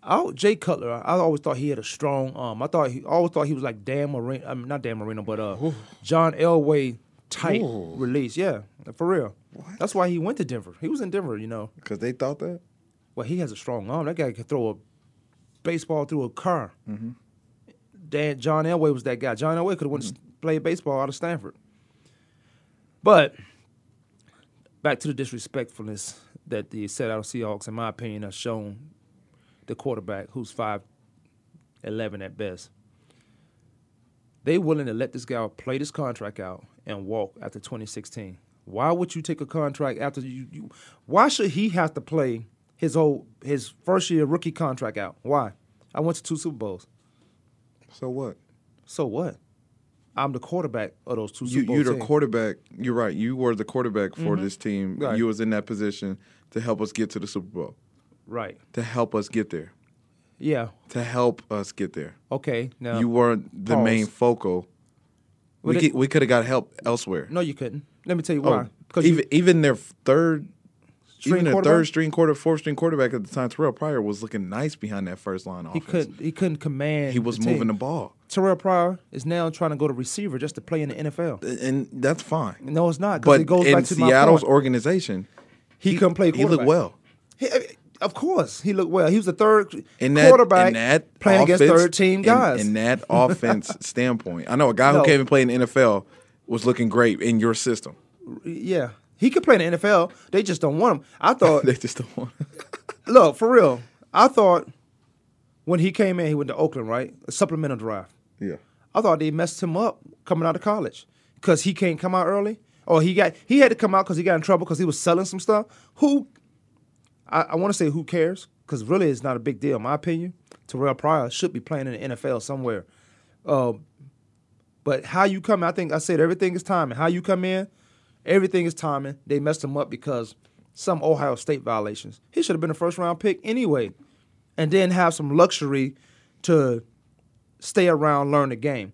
C: out Jay Cutler, I, I always thought he had a strong arm. I thought he I always thought he was like Dan Marino, I mean, not Dan Marino, but uh, John Elway tight
D: Ooh.
C: release. Yeah, for real. That's why he went to Denver. He was in Denver, you know.
D: Because they thought that.
C: Well, he has a strong arm. That guy could throw a baseball through a car.
D: Mhm.
C: Dan John Elway was that guy. John Elway could have went to played baseball out of Stanford. But back to the disrespectfulness that the Seattle Seahawks, in my opinion, have shown the quarterback, who's five eleven at best. They willing to let this guy play this contract out and walk after 2016. Why would you take a contract after you, you? Why should he have to play his whole his first year rookie contract out? Why? I went to two Super Bowls.
D: So what?
C: So what? I'm the quarterback of those two
D: you,
C: Super Bowls.
D: you're the quarterback. You're right. You were the quarterback for
C: Mhm.
D: this team.
C: Right.
D: You was in that position to help us get to the Super Bowl.
C: Right.
D: To help us get there.
C: Yeah.
D: To help us get there.
C: Okay. Now
D: you weren't the
C: Uh, Pause.
D: main focal.
C: Well,
D: We
C: they-
D: could, we could have got help elsewhere.
C: No, you couldn't. Let me tell you
D: Oh,
C: why. Because
D: even even their third,
C: String
D: even their
C: quarterback?
D: third string quarter, fourth string quarterback at the time, Terrell Pryor was looking nice behind that first line
C: he
D: offense.
C: couldn't. He couldn't command.
D: He was
C: team.
D: moving the ball.
C: Terrell Pryor is now trying to go to receiver just to play in the NFL.
D: and that's fine.
C: No, it's not. 'cause
D: But
C: it goes
D: in
C: back to
D: Seattle's
C: my point.
D: organization,
C: he, couldn't play.
D: he
C: Quarterback.
D: looked well.
C: He- I mean, of course, he looked well. He was the third
D: in that,
C: quarterback
D: in that
C: playing against
D: offense-
C: third team
D: in-
C: guys.
D: In, that offense standpoint, I know a guy
C: No.
D: who came and played in the NFL was looking great in your system.
C: yeah, he could play in the NFL. They just don't want him. I thought
D: they just don't want
C: him. look, for real, I thought when he came in, he went to Oakland, right? A supplemental drive.
D: Yeah.
C: I thought they messed him up coming out of college because he can't come out early, or he got he had to come out because he got in trouble because he was selling some stuff. Who? I, I want to say who cares because really it's not a big deal in my opinion. Terrell Pryor should be playing in the NFL somewhere, um, but how you come, I think I said everything is timing. How you come in, everything is timing. They messed him up because some Ohio State violations. He should have been a first round pick anyway, and then have some luxury to stay around, learn the game.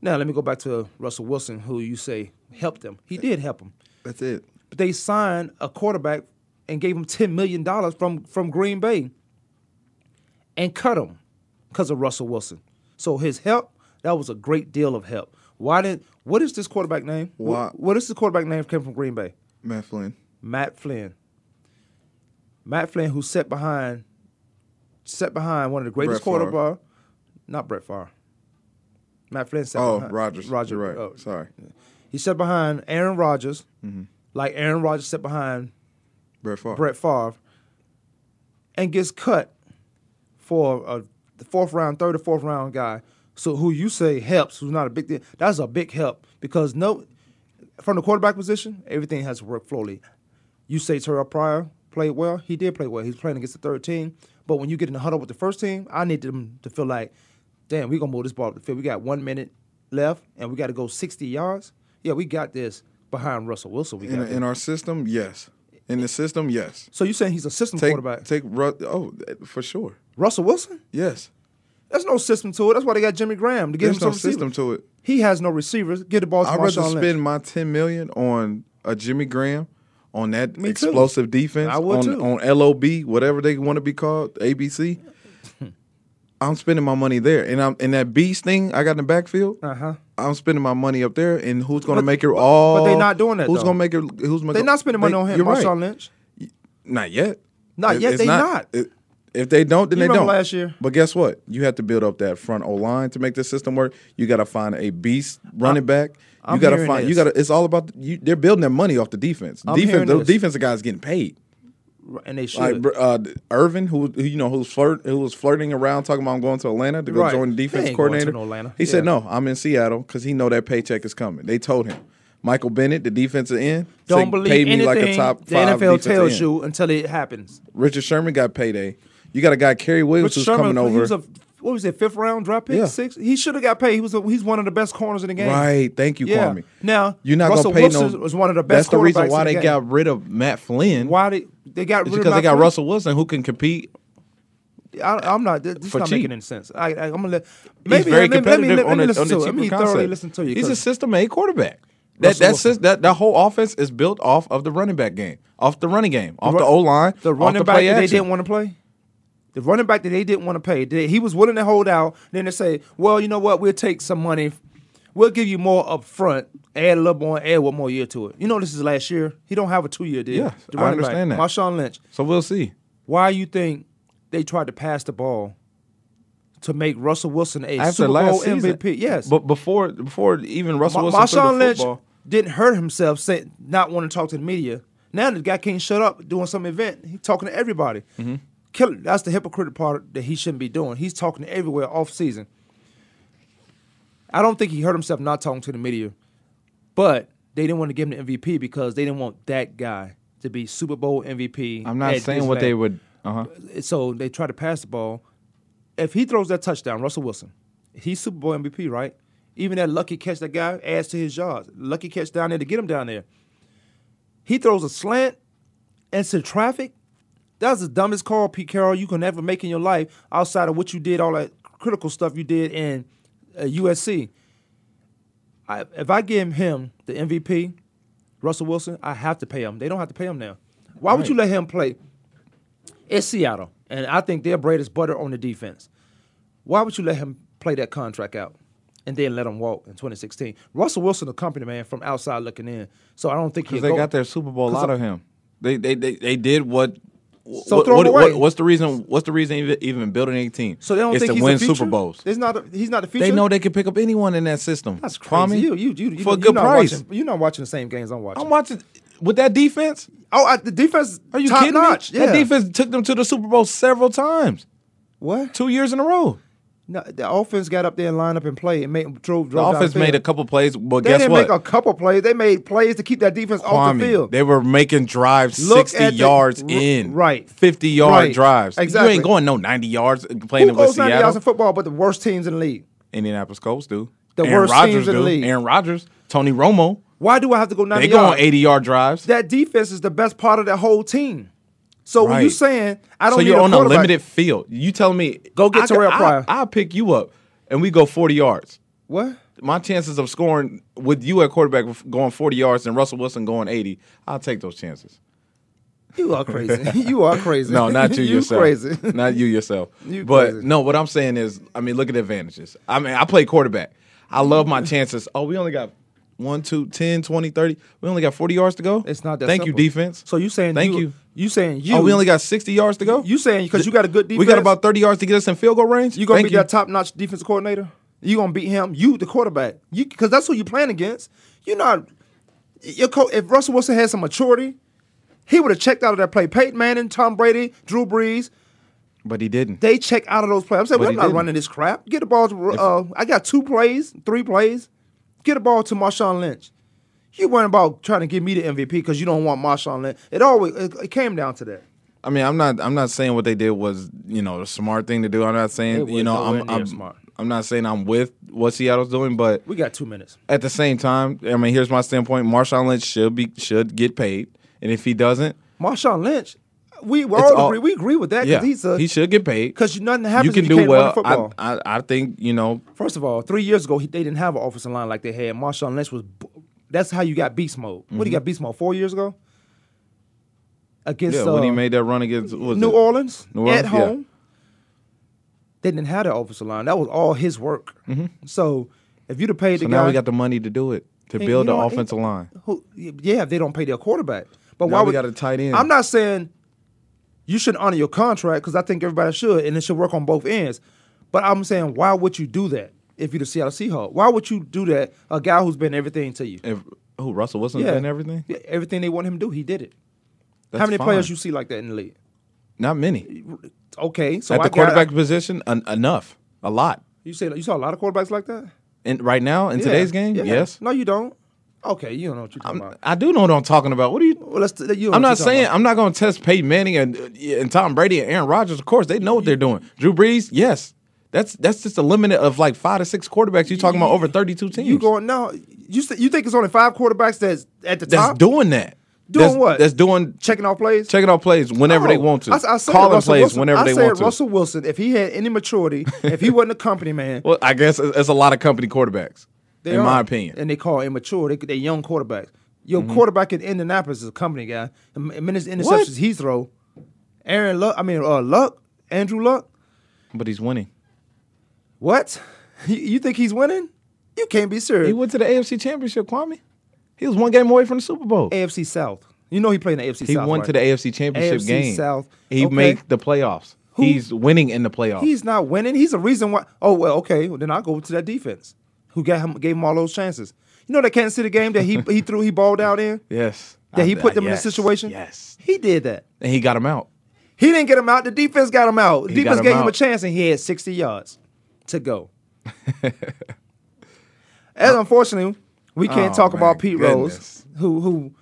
C: Now let me go back to Russell Wilson, who you say helped them. He did help them.
D: That's it.
C: But they signed a quarterback and gave him ten million dollars from from Green Bay, and cut him because of Russell Wilson. So his help that was a great deal of help. Why did? What is this quarterback name? Wh-
D: Why-
C: what is the quarterback name? that Came from Green Bay.
D: Matt Flynn.
C: Matt Flynn. Matt Flynn, who sat behind, sat behind one of the greatest
D: Brett Favre.
C: quarterback, not Brett Favre. Matt Flynn sat.
D: Oh,
C: behind,
D: Rodgers.
C: Roger,
D: You're right.
C: oh.
D: Sorry.
C: He sat behind Aaron Rodgers,
D: Mhm.
C: like Aaron Rodgers sat behind
D: Brett Favre.
C: Brett Favre, and gets cut for a the fourth round, third or fourth round guy. So who you say helps, who's not a big deal, that's a big help because no, from the quarterback position, everything has to work flowly. You say Terrell Pryor played well. He did play well. He's playing against the third team. But when you get in the huddle with the first team, I need them to feel like, damn, we're going to move this ball up the field. We got one minute left and we got to go 60 yards. Yeah, we got this behind Russell Wilson. We
D: In,
C: got this.
D: in our system, yes. In the system, yes.
C: So you're saying he's a system
D: take,
C: quarterback?
D: Take Ru- oh, th- for sure.
C: Russell Wilson?
D: Yes.
C: There's no system to it. That's why they got Jimmy Graham to give
D: There's
C: him some
D: no system to it.
C: He has no receivers. Get the ball to
D: I'd rather
C: Marshawn Lynch.
D: spend my ten million on a Jimmy Graham, on that
C: Me too.
D: explosive defense,
C: I would
D: on
C: too.
D: on LOB, whatever they want to be called, ABC. I'm spending my money there, and I'm and that beast thing I got in the backfield.
C: Uh-huh.
D: I'm spending my money up there, and who's going to
C: But-
D: make it
C: but-
D: all?
C: but they not doing that,
D: Who's
C: though.
D: going to make it? Who's
C: They're not spending money
D: they-
C: on him,
D: You're right.
C: Marshawn Lynch.
D: Not yet.
C: Not
D: It-
C: yet,
D: it's
C: they
D: it- if they don't, then
C: You
D: they don't.
C: remember last year?
D: but guess what? You have to build up that front O line to make this system work. You got to find a beast running back. You
C: I'm
D: got to
C: hearing
D: find. You
C: this.
D: got to. It's all about. You, they're building their money off the defense.
C: I'm hearing
D: defense. The
C: this.
D: defensive guys getting paid.
C: Right, and they should.
D: Like br- uh, Irvin, who who, you know, who's flirt, who was flirting around, talking about I'm going to Atlanta to go
C: Right.
D: join the
C: They
D: defense
C: ain't going to
D: coordinator.
C: no Atlanta.
D: He said,
C: Yeah.
D: "No, I'm in Seattle because he know that paycheck is coming." They told him. Michael Bennett, the defensive end,
C: Don't
D: said,
C: believe
D: paid
C: anything
D: me like a top
C: the
D: five
C: NFL
D: defensive
C: tells
D: end.
C: you until it happens.
D: Richard Sherman got payday. You got a guy Kerry Williams
C: Richard
D: who's coming
C: Sherman,
D: over.
C: He was a, what was it, fifth round draft pick?
D: Yeah.
C: Six? He should have got paid. He was a, he's one of the best corners in the game.
D: Right. Thank you,
C: yeah.
D: Kwame.
C: Now
D: you're not
C: Russell
D: gonna pay
C: Wilson
D: no.
C: was one of the best.
D: That's the reason
C: quarterbacks
D: why
C: in the
D: they
C: game.
D: got rid of Matt Flynn.
C: Why they they got
D: It's
C: rid of
D: because they
C: Matt
D: got
C: Flynn.
D: Russell Wilson who can compete.
C: I, I'm not. This is
D: For
C: not
D: cheap.
C: making any sense. I, I, I'm gonna let.
D: He's
C: Maybe
D: very
C: let, me- let me,
D: competitive
C: let,
D: on
C: me
D: the
C: listen
D: on the
C: to it. Let me
D: cheaper
C: thoroughly
D: concept.
C: listen to you.
D: He's a
C: 'cause-
D: system A quarterback. That
C: Russell
D: that,
C: Wilson.
D: sys- that that whole offense is built off of the running back game, off the running game, off
C: ru-
D: the O line,
C: the running
D: off the
C: back
D: play
C: that they
D: action.
C: didn't want to play. The running back that they didn't want to pay, they, he was willing to hold out. Then they say, "Well, you know what? We'll take some money. We'll give you more up front. Add a little more. Add one more year to it. You know, this is last year. He don't have a two year deal.
D: Yes,
C: The
D: I
C: running
D: understand
C: back,
D: that.
C: Marshawn Lynch.
D: So we'll see.
C: Why you think they tried to pass the ball to make Russell Wilson a
D: After
C: Super
D: last
C: Bowl
D: season,
C: MVP? Yes,
D: but before before even Russell
C: Ma-
D: Wilson threw the
C: Marshawn Lynch
D: football,
C: didn't hurt himself saying not want to talk to the media. Now the guy can't shut up doing some event. He's talking to everybody.
D: Mm-hmm.
C: Kill- that's the hypocrite part that he shouldn't be doing. He's talking to everywhere off season. I don't think he hurt himself not talking to the media, but they didn't want to give him the MVP because they didn't want that guy to be Super Bowl MVP.
D: I'm not
C: at
D: saying
C: this
D: what they
C: level.
D: would. Uh-huh.
C: So they try to pass the ball. If he throws that touchdown, Russell Wilson, he's Super Bowl MVP, right? Even that lucky catch that guy adds to his yards. Lucky catch down there to get him down there. He throws a slant into traffic. That's the dumbest call, Pete Carroll, you can ever make in your life outside of what you did, all that critical stuff you did in uh, USC. I, if I give him the MVP, Russell Wilson, I have to pay him. They don't have to pay him now. Why would you let him play? It's Seattle, and I think their bread is butter on the defense. Why would you let him play that contract out and then let him walk in 2016? Russell Wilson, a company man from outside looking in, so I don't think he'll
D: Because they
C: go-
D: got their Super Bowl
C: 'Cause
D: out
C: I-
D: of him. They they they, they did what.
C: So
D: what,
C: throw
D: what,
C: him
D: what-
C: away.
D: what's the reason? What's the reason even, even building a team?
C: So they don't
D: It's
C: think
D: to
C: he's
D: win
C: the future?
D: Super Bowls.
C: There's not a, he's not the future.
D: They know they can pick up anyone in that system.
C: that's crazy.
D: Kwame,
C: You, you, you, you
D: for a
C: you're
D: good
C: not
D: price.
C: watching- you're not watching the same games I'm watching.
D: I'm watching with that defense.
C: oh, I, the defense.
D: Are you
C: top
D: kidding
C: notch.
D: me?
C: Yeah.
D: That defense took them to the Super Bowl several times,
C: What?
D: two years in a row.
C: No, the offense got up there and lined up and played and made drove.
D: The
C: drove down
D: offense
C: field.
D: made a couple plays, but
C: They
D: guess
C: didn't
D: what?
C: make a couple plays. They made plays to keep that defense off the
D: Kwame,
C: field.
D: They were making drives
C: Look
D: sixty
C: at the-
D: yards
C: r-
D: in,
C: right.
D: Fifty yard
C: Right.
D: drives. You
C: Exactly.
D: ain't going no ninety yards playing
C: Who
D: with
C: goes 90
D: Seattle.
C: yards in football but the worst teams in the league?
D: Indianapolis Colts do.
C: The
D: Aaron
C: worst
D: Rodgers
C: teams in the
D: do.
C: league.
D: Aaron Rodgers, Tony Romo.
C: Why do I have to go 90
D: They go on
C: yards?
D: 80 yard drives.
C: That defense is the best part of that whole team. So when you're
D: Right.
C: saying I don't
D: so
C: need
D: you're
C: a
D: on a
C: quarterback-
D: limited field. You tell me.
C: Go get
D: I could-
C: Terrell
D: I-
C: Pryor.
D: I'll pick you up and we go 40 yards.
C: What?
D: My chances of scoring with you at quarterback going 40 yards and Russell Wilson going 80, I'll take those chances.
C: You are crazy. you are crazy.
D: No, not you,
C: you
D: yourself.
C: crazy.
D: Not you yourself.
C: You
D: but
C: crazy.
D: no, what I'm saying is, I mean, look at the advantages. I mean, I play quarterback. I love my chances. Oh, we only got 1, 2, 10, 20, 30. We only got 40 yards to go.
C: It's not that
D: Thank
C: simple.
D: you, defense.
C: So you saying
D: Thank
C: you,
D: you.
C: You saying you
D: oh, we only got 60 yards to go?
C: you saying because you got a good defense.
D: we got about 30 yards to get us in field goal range?
C: you gonna
D: Thank
C: be that top notch defense coordinator. You gonna beat him. You the quarterback. You because that's who you're playing against. You're not your co- if Russell Wilson had some maturity, he would have checked out of that play. Peyton Manning, Tom Brady, Drew Brees,
D: But he didn't.
C: they check out of those plays. I'm saying,
D: But
C: well, I'm
D: he
C: not
D: didn't.
C: running this crap. Get the ball. To, uh, I got two plays, three plays. Get the ball to Marshawn Lynch. You worrying about trying to give me the MVP because you don't want Marshawn Lynch. It always it, it came down to that.
D: I mean, I'm not. I'm not saying what they did was, you know, the smart thing to do. I'm not
C: It
D: saying,
C: was
D: you know,
C: nowhere
D: I'm.
C: near
D: I'm
C: smart.
D: I'm not saying I'm with what Seattle's doing, but
C: We got two minutes.
D: at the same time, I mean, here's my standpoint: Marshawn Lynch should be should get paid, and if he doesn't,
C: Marshawn Lynch, we, we
D: It's
C: all,
D: all-
C: agree. We agree with that
D: yeah,
C: because he's a
D: he should get paid.
C: because nothing happens.
D: you can
C: if
D: do
C: you can't
D: well.
C: Run the football.
D: I, I I think you know.
C: First of all, three years ago he, they didn't have an offensive line like they had. Marshawn Lynch was. b- That's how you got beast mode. What
D: Mm-hmm.
C: do you got beast mode? Four years ago. Against
D: Yeah,
C: uh,
D: when he made that run against what was
C: New
D: it?
C: Orleans,
D: New Orleans,
C: at
D: yeah.
C: home. They didn't have the offensive line. That was all his work. So if you'd have paid
D: Mm-hmm. So
C: the
D: now
C: guy,
D: we got the money to do it to
C: and
D: build
C: you
D: the
C: know,
D: offensive
C: it-
D: line.
C: Who, yeah, if they don't pay their quarterback, but
D: Now
C: why
D: we
C: would
D: got a tight end.
C: I'm not saying you shouldn't honor your contract because I think everybody should, and it should work on both ends. But I'm saying, why would you do that if you're the Seattle Seahawks? Why would you do that? A guy who's been everything to you,
D: If, who Russell Wilson
C: Yeah.
D: and everything?
C: Yeah, everything they want him to do, he did it. How
D: That's
C: many players
D: fine.
C: you see like that in the league?
D: Not many.
C: Okay, so
D: At
C: I
D: the
C: got-
D: quarterback position, en- enough, a lot.
C: You say you saw a lot of quarterbacks like that
D: And right now in
C: Yeah,
D: today's game,
C: yeah.
D: yes,
C: No, you don't. Okay, you don't know what you're talking about.
D: I do know what I'm talking about. What are you?
C: Well, let's, you
D: I'm not saying I'm not going to test Peyton Manning and and Tom Brady and Aaron Rodgers. Of course, they know what they're doing. Drew Brees, yes, that's that's just a limit of like five to six quarterbacks. You're talking about over 32 teams.
C: You going no? You th- you think it's only five quarterbacks that's at the
D: that's
C: top?
D: doing that.
C: Doing
D: That's-
C: what?
D: That's doing
C: checking off plays.
D: checking off plays whenever they
C: No.
D: want to.
C: I, I said
D: calling
C: Russell
D: plays
C: Wilson-
D: whenever
C: I
D: they
C: said
D: want to.
C: Russell Wilson, if he had any maturity, if he wasn't a company man,
D: Well, I guess it's it's a lot of company quarterbacks,
C: they
D: in
C: are.
D: my opinion. Mm-hmm.
C: and they call immature. They they young quarterbacks. Your quarterback in Indianapolis is a company guy. The m- minutes interceptions
D: What?
C: he throw, Aaron Luck. I mean, uh, Luck, Andrew Luck.
D: But he's winning.
C: What? You, you think he's winning? You can't be serious.
D: He went to the AFC Championship, Kwame. He was one game away from the Super Bowl.
C: AFC South. You know he played in the AFC
D: He
C: South.
D: won
C: right?
D: to the AFC Championship
C: AFC
D: game.
C: South.
D: He
C: Okay.
D: made the playoffs.
C: Who-
D: He's winning in the playoffs.
C: He's not winning. He's the reason why. Oh well, okay. Well, then I'll go to that defense. Who got him, gave him all those chances? You know that Kansas City game that he he threw he balled out in
D: yes.
C: that he
D: I-
C: put them
D: yes,
C: in a situation.
D: Yes.
C: he did that.
D: And he got him out.
C: He didn't get him out. The defense got him out. The
D: He got
C: defense
D: him
C: gave him a
D: out.
C: chance, and he had sixty yards to go. As unfortunately, we can't
D: Oh,
C: talk
D: man,
C: about Pete
D: goodness.
C: Rose, who who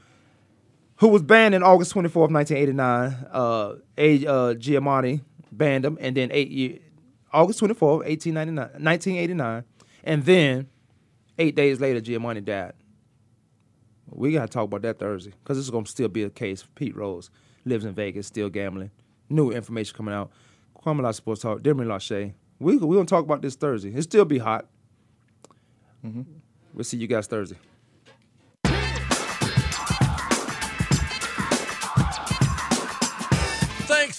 C: who was banned in August twenty fourth, nineteen eighty nine. Uh, a uh, Giamatti banned him, and then eight year, August twenty fourth, 1989, and then eight days later, Giamatti died. We gotta talk about that Thursday because this is gonna still be a case. Pete Rose lives in Vegas, still gambling. New information coming out. Kwame Law Sports Talk, Demi Lachey. We we gonna talk about this Thursday. It'll still be hot. We'll see you guys Thursday.
J: Thanks